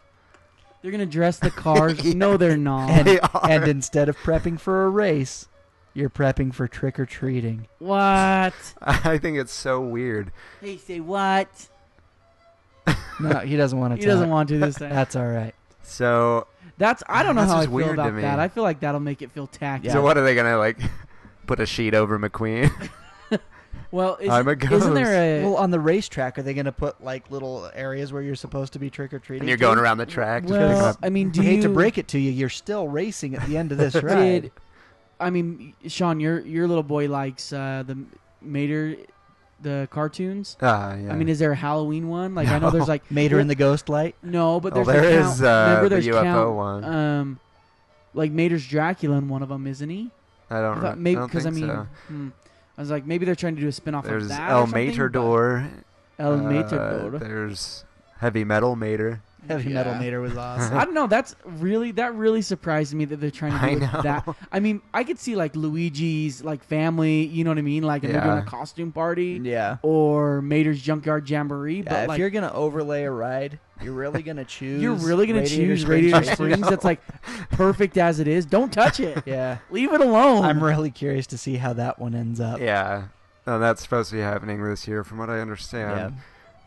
Speaker 7: They're gonna dress
Speaker 5: (laughs)
Speaker 7: the cars? No, they're not.
Speaker 6: And,
Speaker 5: They are.
Speaker 6: and instead of prepping for a race, you're prepping for trick or treating.
Speaker 7: what?
Speaker 5: (laughs) I think it's so weird.
Speaker 7: They say what?
Speaker 6: No, he
Speaker 5: (laughs)
Speaker 6: doesn't want to.
Speaker 7: He doesn't want to this time.
Speaker 6: That's all right.
Speaker 5: So,
Speaker 7: That's I don't know
Speaker 5: That's
Speaker 7: how I
Speaker 5: just
Speaker 7: feel
Speaker 5: weird to
Speaker 7: about
Speaker 5: me.
Speaker 7: that. I feel like that'll make it feel tacky.
Speaker 5: so what are they gonna like? (laughs) Put a sheet over McQueen. (laughs)
Speaker 7: Well, is,
Speaker 5: I'm a
Speaker 7: isn't there a
Speaker 6: Well, on the racetrack, are they going to put like little areas where you're supposed to be trick or treating?
Speaker 5: and you're going around the track. just picking
Speaker 7: well? uh,
Speaker 5: up-
Speaker 7: I mean, do
Speaker 6: I
Speaker 7: you
Speaker 6: hate to break it to you, you're still racing at the end
Speaker 5: (laughs)
Speaker 6: of this ride.
Speaker 7: Did I mean Sean? Your your little boy likes uh, the Mater, the cartoons.
Speaker 5: Ah, yeah.
Speaker 7: I mean, is there a Halloween one? Like I know there's like
Speaker 6: Mater in the Ghost Light.
Speaker 7: no, but
Speaker 5: Oh,
Speaker 7: there's
Speaker 5: there
Speaker 7: like
Speaker 5: is,
Speaker 7: count,
Speaker 5: uh,
Speaker 7: remember
Speaker 5: the
Speaker 7: there's
Speaker 5: UFO
Speaker 7: count,
Speaker 5: one.
Speaker 7: Um, like Mater's Dracula in one of them, isn't he?
Speaker 5: I
Speaker 7: I
Speaker 5: don't.
Speaker 7: thought
Speaker 5: know.
Speaker 7: maybe
Speaker 5: I don't think
Speaker 7: I mean,
Speaker 5: so.
Speaker 7: hmm. I was like maybe they're trying to do a spin off of
Speaker 5: There's
Speaker 7: that.
Speaker 5: El
Speaker 7: or something,
Speaker 5: Matador.
Speaker 7: but- El
Speaker 5: uh,
Speaker 7: Matador.
Speaker 5: There's heavy metal Mater.
Speaker 6: Heavy Metal
Speaker 7: Yeah.
Speaker 6: Mater (laughs) was awesome.
Speaker 7: (laughs) I don't know. That's really that really surprised me that they're trying to
Speaker 5: I
Speaker 7: do it
Speaker 5: know.
Speaker 7: that. I mean, I could see like Luigi's like family. You know what I mean? Like and they're doing
Speaker 5: Yeah.
Speaker 7: a costume party.
Speaker 6: yeah.
Speaker 7: or Mater's Junkyard Jamboree,
Speaker 6: Yeah,
Speaker 7: but
Speaker 6: if
Speaker 7: like
Speaker 6: you're
Speaker 7: you're,
Speaker 6: gonna overlay a ride, you're really (laughs) gonna choose.
Speaker 7: really gonna
Speaker 6: Radiator
Speaker 7: choose
Speaker 6: Springs (laughs)
Speaker 7: Radiator
Speaker 6: Racing?
Speaker 7: Springs, that's like perfect as it is. Don't touch it.
Speaker 6: Yeah,
Speaker 7: Leave it alone.
Speaker 6: I'm really curious to see how that one ends up.
Speaker 5: Yeah, and that's supposed to be happening this year, from what I understand.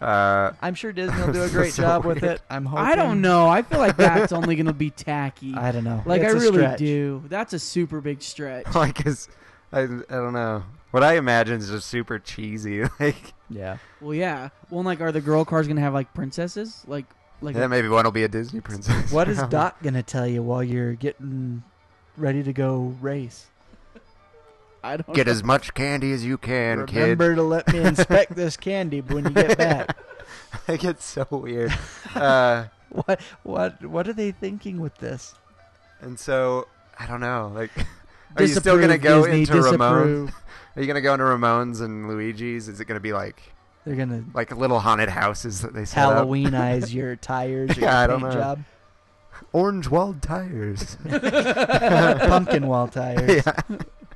Speaker 5: Uh,
Speaker 6: I'm sure Disney will do (laughs) a
Speaker 5: So
Speaker 6: great job with
Speaker 5: weird.
Speaker 6: it. I'm hoping.
Speaker 7: I don't know. I feel like that's only
Speaker 6: (laughs)
Speaker 7: gonna be tacky.
Speaker 6: I don't know.
Speaker 7: like
Speaker 6: It's
Speaker 7: I
Speaker 6: a
Speaker 7: really
Speaker 6: stretch.
Speaker 7: do. That's a super big stretch.
Speaker 5: Uh, (laughs) like is I, I don't know what I imagine is just super cheesy. (laughs) Like
Speaker 6: Yeah.
Speaker 7: Well, yeah. Well, and, like, are the girl cars gonna have like princesses? Like, like
Speaker 5: yeah, maybe one will be a Disney princess.
Speaker 6: (laughs)
Speaker 5: (laughs)
Speaker 6: What (laughs) is Doc gonna tell you while you're getting ready to go race?
Speaker 7: I don't
Speaker 5: Get as much candy as you can,
Speaker 6: Remember to let me (laughs) inspect this candy when you get back.
Speaker 5: kid. (laughs) Like it's so weird. Uh,
Speaker 6: (laughs) What what what are they thinking with this?
Speaker 5: and so I don't know. Like, (laughs) are
Speaker 7: Disapprove,
Speaker 5: you still gonna go
Speaker 7: Disney,
Speaker 5: into Ramones?
Speaker 7: disapprove.
Speaker 5: Are you gonna go into Ramones and Luigi's? Is it gonna be like
Speaker 6: They're gonna
Speaker 5: like little haunted houses that they sell? (laughs)
Speaker 6: Halloweenize your tires or
Speaker 5: Yeah, I
Speaker 6: your
Speaker 5: don't
Speaker 6: paint
Speaker 5: know.
Speaker 6: job.
Speaker 5: (laughs) orange walled tires.
Speaker 6: Pumpkin wall tires. (laughs)
Speaker 5: yeah.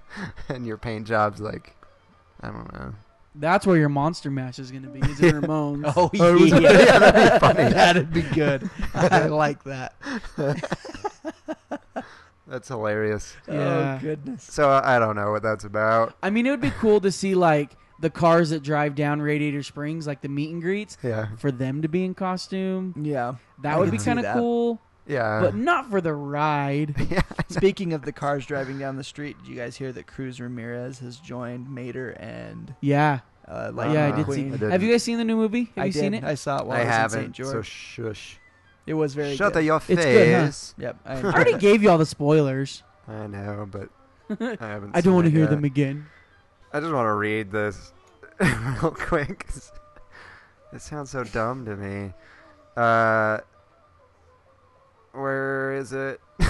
Speaker 5: (laughs) and your paint job's like, I don't know.
Speaker 7: That's where your monster mash is gonna be. Is
Speaker 6: (laughs)
Speaker 7: in Ramones?
Speaker 6: Oh
Speaker 5: (laughs)
Speaker 6: yeah,
Speaker 5: that'd be funny.
Speaker 6: That'd be
Speaker 5: (laughs)
Speaker 6: good. I like that.
Speaker 5: That's hilarious.
Speaker 7: Yeah.
Speaker 6: Oh goodness.
Speaker 5: So I I don't know what that's about.
Speaker 7: I mean, it would be cool to see like the cars that drive down Radiator Springs, like the meet and greets,
Speaker 5: Yeah.
Speaker 7: for them to be in costume.
Speaker 6: Yeah.
Speaker 7: That
Speaker 6: I
Speaker 7: would
Speaker 6: could
Speaker 7: be
Speaker 6: see
Speaker 7: kind of
Speaker 6: that. Uh.
Speaker 7: cool,
Speaker 5: Yeah. (laughs)
Speaker 7: but not for the ride.
Speaker 5: yeah.
Speaker 6: Speaking of the cars driving down the street, did you guys hear that Cruz Ramirez has joined Mater and
Speaker 7: Yeah,
Speaker 6: uh, Lightning
Speaker 7: yeah, I did see.
Speaker 6: McQueen?
Speaker 5: I
Speaker 7: Have you guys seen the new movie? Have
Speaker 6: I
Speaker 7: you seen
Speaker 6: did.
Speaker 7: it?
Speaker 6: I saw it while
Speaker 5: I
Speaker 6: I, was in
Speaker 5: haven't.
Speaker 6: St. George.
Speaker 5: So shush.
Speaker 6: it was very
Speaker 5: Shut
Speaker 6: good.
Speaker 5: your
Speaker 7: It's good, huh?
Speaker 5: face.
Speaker 6: Yep. I
Speaker 5: (laughs)
Speaker 7: I
Speaker 6: enjoyed
Speaker 7: already
Speaker 6: it.
Speaker 7: gave you all
Speaker 6: (laughs)
Speaker 7: the spoilers.
Speaker 5: I know,
Speaker 7: (laughs)
Speaker 5: but I haven't.
Speaker 7: I don't
Speaker 5: want to
Speaker 7: hear them again.
Speaker 5: I just want to read this (laughs) real quick. 'cause It sounds so dumb to me. Uh, where is it? (laughs)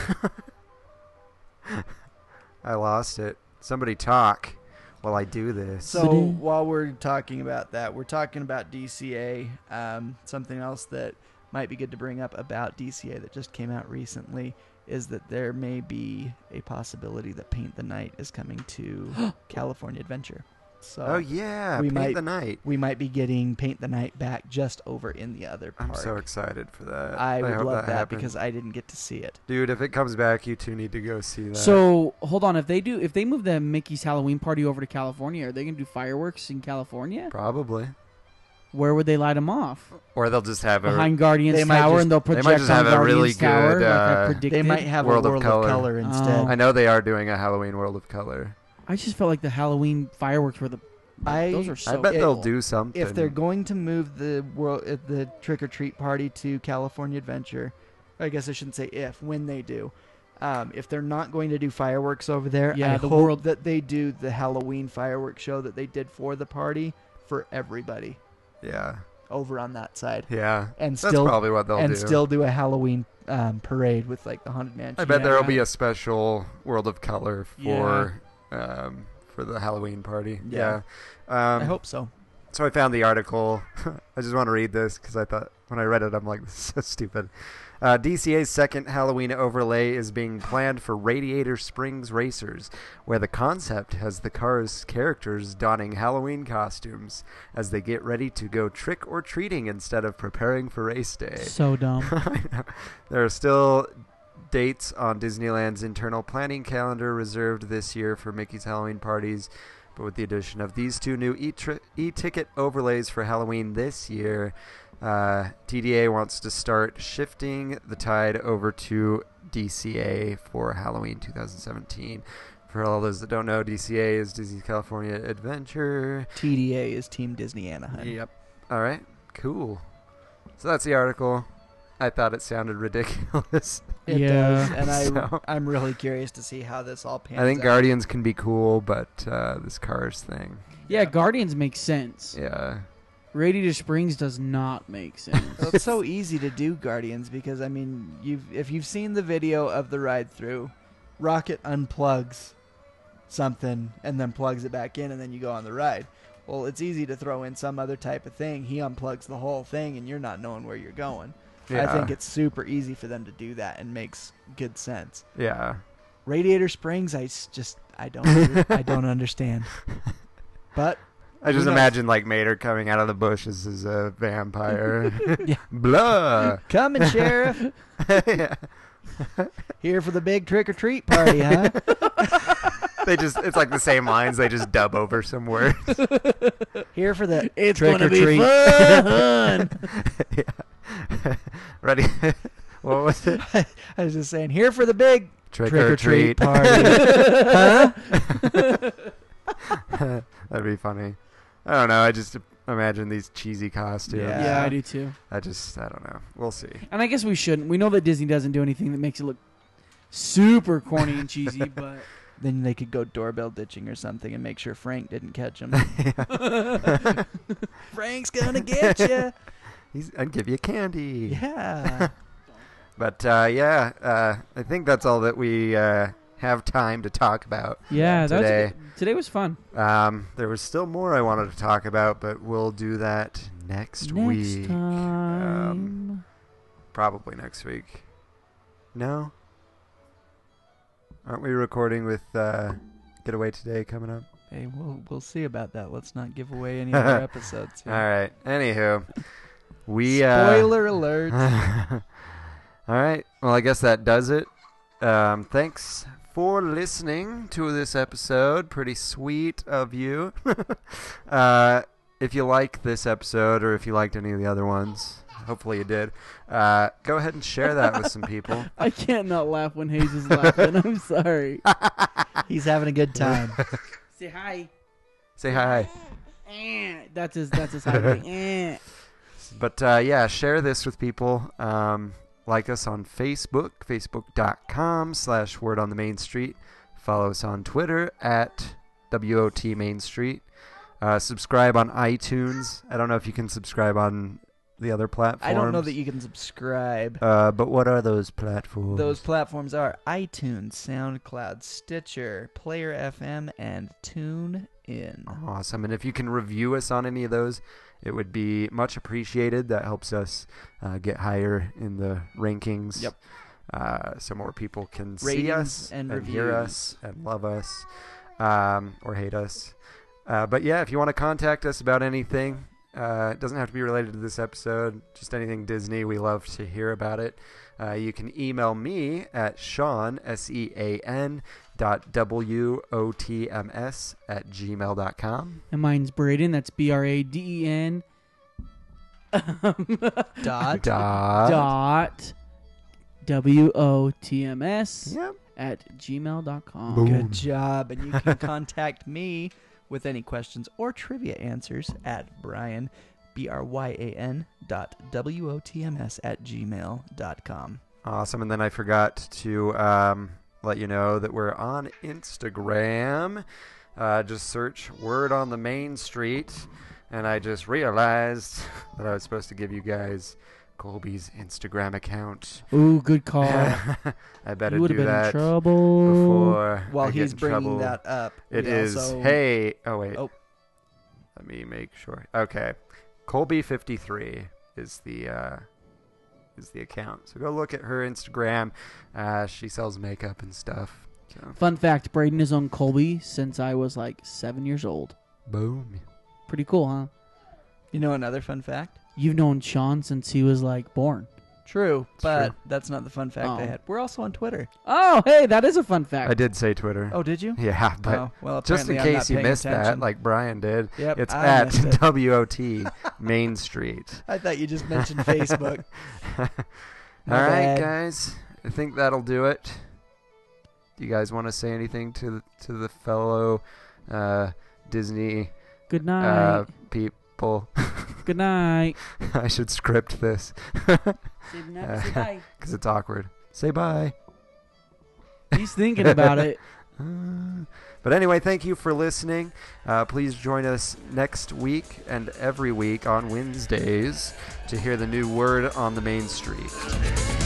Speaker 5: I lost it. Somebody talk. while I do this.
Speaker 6: So while we're talking about that, we're talking about DCA. Um, something else that might be good to bring up about DCA that just came out recently is that there may be a possibility that Paint the Night is coming
Speaker 7: (gasps)
Speaker 6: to California Adventure. So
Speaker 5: oh yeah,
Speaker 6: we
Speaker 5: paint
Speaker 6: might-
Speaker 5: the night.
Speaker 6: we might be getting Paint the Night back just over in the other park.
Speaker 5: I'm so excited for that.
Speaker 6: I would
Speaker 5: hope
Speaker 6: love that,
Speaker 5: happens.
Speaker 6: because I didn't get to see it.
Speaker 5: dude, if it comes back, you two need to go see that.
Speaker 7: So hold on, if they do, if they move the Mickey's Halloween party over to California, are they gonna do fireworks in California?
Speaker 5: probably,
Speaker 7: Where would they light them off?
Speaker 5: or they'll just have a
Speaker 7: Behind Guardians
Speaker 6: they might
Speaker 7: Tower,
Speaker 6: just-
Speaker 7: and they'll
Speaker 5: they might
Speaker 7: project
Speaker 5: just
Speaker 7: on
Speaker 5: have a really
Speaker 7: Guardians Tower
Speaker 5: good,
Speaker 7: like I
Speaker 5: uh,
Speaker 7: predicted.
Speaker 6: They might have
Speaker 5: World
Speaker 6: a
Speaker 5: of
Speaker 6: World
Speaker 5: Color.
Speaker 6: of Color instead.
Speaker 7: Oh.
Speaker 5: I know they are doing a Halloween World of Color.
Speaker 7: I just felt like the Halloween
Speaker 6: (laughs)
Speaker 7: fireworks were the.
Speaker 6: I-
Speaker 7: those are so.
Speaker 5: I bet
Speaker 6: it-
Speaker 5: they'll do something.
Speaker 6: if they're going to move the world uh, the trick or treat party to California Adventure, I guess I shouldn't say if when they do. Um, if they're not going to do fireworks over there,
Speaker 7: Yeah,
Speaker 6: I
Speaker 7: the
Speaker 6: hope
Speaker 7: world-
Speaker 6: that they do the Halloween fireworks show that they did for the party for everybody
Speaker 5: yeah,
Speaker 6: over on that side,
Speaker 5: yeah,
Speaker 6: and
Speaker 5: that's
Speaker 6: still
Speaker 5: probably what they'll
Speaker 6: and
Speaker 5: do.
Speaker 6: still do a Halloween um, parade with like the haunted mansion.
Speaker 5: I bet there'll
Speaker 7: Yeah.
Speaker 5: be a special World of Color for um, for the Halloween party.
Speaker 6: Yeah.
Speaker 5: Yeah. Um,
Speaker 6: I hope so.
Speaker 5: So I found the article. (laughs) I just want to read this because I thought when I read it, I'm like, (laughs) this is so stupid. Uh, DCA's second Halloween overlay is being planned for Radiator Springs Racers, where the concept has the car's characters donning Halloween costumes as they get ready to go trick or treating instead of preparing for race day.
Speaker 7: So dumb.
Speaker 5: I know. (laughs) there are still dates on Disneyland's internal planning calendar reserved this year for Mickey's Halloween parties, but with the addition of these two new e tri- e-ticket overlays for Halloween this year, uh, TDA wants to start shifting the tide over to DCA for Halloween 2017. For all those that don't know, DCA is Disney California Adventure.
Speaker 6: TDA is Team Disney Anaheim.
Speaker 5: Yep. All right. Cool. So that's the article. I thought it sounded ridiculous.
Speaker 6: (laughs)
Speaker 5: (laughs)
Speaker 6: It
Speaker 7: Yeah.
Speaker 6: does, and I
Speaker 5: So-
Speaker 6: I'm really curious to see how this all pans.
Speaker 5: I think
Speaker 6: out.
Speaker 5: Guardians can be cool, but uh, this Cars thing,
Speaker 7: yeah, Guardians makes sense.
Speaker 5: yeah.
Speaker 7: Radiator Springs does not make sense.
Speaker 6: Well, it's so easy to do Guardians because I mean, you've if you've seen the video of the ride through, Rocket unplugs something and then plugs it back in, and then you go on the ride. Well, it's easy to throw in some other type of thing. He unplugs the whole thing, and you're not knowing where you're going. I
Speaker 5: Yeah.
Speaker 6: think it's super easy for them to do that, and makes good sense.
Speaker 5: Yeah.
Speaker 6: Radiator Springs, I s- just I don't under- I don't understand. But
Speaker 5: I just
Speaker 6: knows?
Speaker 5: imagine like Mater coming out of the bushes as a (laughs) vampire. Blah.
Speaker 6: coming, Sheriff.
Speaker 5: (laughs) Yeah.
Speaker 6: Here for the big trick or treat party, huh?
Speaker 5: They just it's like the same lines, they just dub over some words.
Speaker 6: Here for the
Speaker 7: it's
Speaker 6: trick or
Speaker 7: gonna be
Speaker 6: treat.
Speaker 7: fun.
Speaker 5: (laughs) Yeah. (laughs) Ready? what was it?
Speaker 6: I was just saying, here for the big
Speaker 5: Trick,
Speaker 6: trick or
Speaker 5: treat. (laughs)
Speaker 6: treat party.
Speaker 5: (laughs) That'd be funny. I don't know. I just imagine these cheesy costumes.
Speaker 6: (laughs) Yeah.
Speaker 7: yeah, I do too.
Speaker 5: I just, I don't know. We'll see.
Speaker 7: And I guess we shouldn't. We know that Disney doesn't do anything that makes it look super corny and cheesy, but
Speaker 6: then they could go doorbell ditching or something and make sure Frank didn't catch him. (laughs) Frank's gonna get you.
Speaker 5: He's, I'd give you candy.
Speaker 6: Yeah.
Speaker 5: But uh, yeah, uh, I think that's all that we uh, have time to talk about.
Speaker 7: yeah, that
Speaker 5: today.
Speaker 7: was a good- today was fun.
Speaker 5: Um, there was still more I wanted to talk about, but we'll do that next, week. Um,
Speaker 7: time.
Speaker 5: Probably next week. No? Aren't we recording with uh, Getaway Today coming up?
Speaker 6: hey, we'll we'll see about that. Let's not give away any other episodes. here.
Speaker 5: All right. Anywho, we. Uh,
Speaker 6: Spoiler alert.
Speaker 5: (laughs) All right. Well, I guess that does it. Um, thanks for listening to this episode. Pretty sweet of you. (laughs) uh, if you like this episode or if you liked any of the other ones, hopefully you did, uh, go ahead and share that with some (laughs) people.
Speaker 7: I can't not laugh when Hayes is laughing. I'm sorry.
Speaker 6: He's having a good time.
Speaker 7: Say hi.
Speaker 5: Say hi.
Speaker 7: Eh, That's his. That's his hi. Eh.
Speaker 5: But uh, yeah, share this with people. Um, like us on Facebook, facebook.com slash word on the main street. Follow us on Twitter at WOT Main Street. Uh, subscribe on iTunes. I don't know if you can subscribe on the other platforms.
Speaker 6: I don't know that you can subscribe.
Speaker 5: Uh, but what are those platforms?
Speaker 6: Those platforms are iTunes, SoundCloud, Stitcher, Player FM, and TuneIn. in.
Speaker 5: (laughs) Awesome. And if you can review us on any of those, it would be much appreciated. That helps us uh, get higher in the rankings.
Speaker 6: Yep.
Speaker 5: Uh, so more people can see
Speaker 6: Ratings
Speaker 5: us
Speaker 6: and
Speaker 5: hear us and love us um, or hate us. Uh, but yeah, if you want to contact us about anything, uh, it doesn't have to be related to this episode, just anything Disney. We love to hear about it. Uh, you can email me at Sean, S E A N, dot W O T M S at gmail.com.
Speaker 7: And mine's Braden. That's B R A D E N. Um, (laughs)
Speaker 6: Dot.
Speaker 5: Dot.
Speaker 7: dot W O T M S
Speaker 5: Yep.
Speaker 7: at gmail.com.
Speaker 6: Good job. And
Speaker 5: (laughs)
Speaker 6: you can contact me with any questions or trivia answers at Brian, B R Y A N dot W O T M S at gmail dot com.
Speaker 5: Awesome. And then I forgot to um, let you know that we're on Instagram. Uh, just search Word on the Main Street. And I just realized (laughs) that I was supposed to give you guys Colby's Instagram account.
Speaker 7: Ooh, good call.
Speaker 5: (laughs) I better
Speaker 7: you would
Speaker 5: do
Speaker 7: have been in
Speaker 5: that
Speaker 7: trouble.
Speaker 5: before
Speaker 6: While
Speaker 5: I get
Speaker 6: he's
Speaker 5: in
Speaker 6: bringing
Speaker 5: trouble.
Speaker 6: that up,
Speaker 5: It
Speaker 6: we
Speaker 5: is.
Speaker 6: also-
Speaker 5: Hey. Oh wait.
Speaker 6: Oh.
Speaker 5: Let me make sure. Okay. Colby fifty three is the uh, is the account. So go look at her Instagram. Uh, she sells makeup and stuff. So
Speaker 7: Fun fact Braden has owned Colby since I was like seven years old.
Speaker 5: boom.
Speaker 7: Pretty cool, huh?
Speaker 6: You know another fun fact?
Speaker 7: You've known Sean since he was like born.
Speaker 6: True, but
Speaker 5: true.
Speaker 6: that's not the fun fact I
Speaker 7: Oh.
Speaker 6: had. We're also on Twitter.
Speaker 7: Oh, hey, that is a fun fact.
Speaker 5: I did say Twitter.
Speaker 6: Oh, did you?
Speaker 5: Yeah, but
Speaker 6: Oh, well,
Speaker 5: just in
Speaker 6: apparently I'm not
Speaker 5: case you
Speaker 6: paying
Speaker 5: missed that,
Speaker 6: attention.
Speaker 5: like Brian did,
Speaker 6: Yep,
Speaker 5: it's
Speaker 6: I
Speaker 5: at (laughs)
Speaker 6: missed it.
Speaker 5: WOT Main Street.
Speaker 6: (laughs) I thought you
Speaker 5: (laughs)
Speaker 6: just mentioned Facebook.
Speaker 5: All
Speaker 6: My
Speaker 5: right,
Speaker 6: bad.
Speaker 5: guys. I think that'll do it. Do you guys want to say anything to th- to the fellow uh, Disney
Speaker 7: Good night.
Speaker 5: uh, people? (laughs)
Speaker 7: Good night.
Speaker 5: I should script this (laughs) because night, say
Speaker 7: bye.
Speaker 5: it's awkward. Say bye.
Speaker 7: He's thinking about it.
Speaker 5: Uh, But anyway, thank you for listening. Uh, please join us next week and every week on Wednesdays to hear the new word on the main street.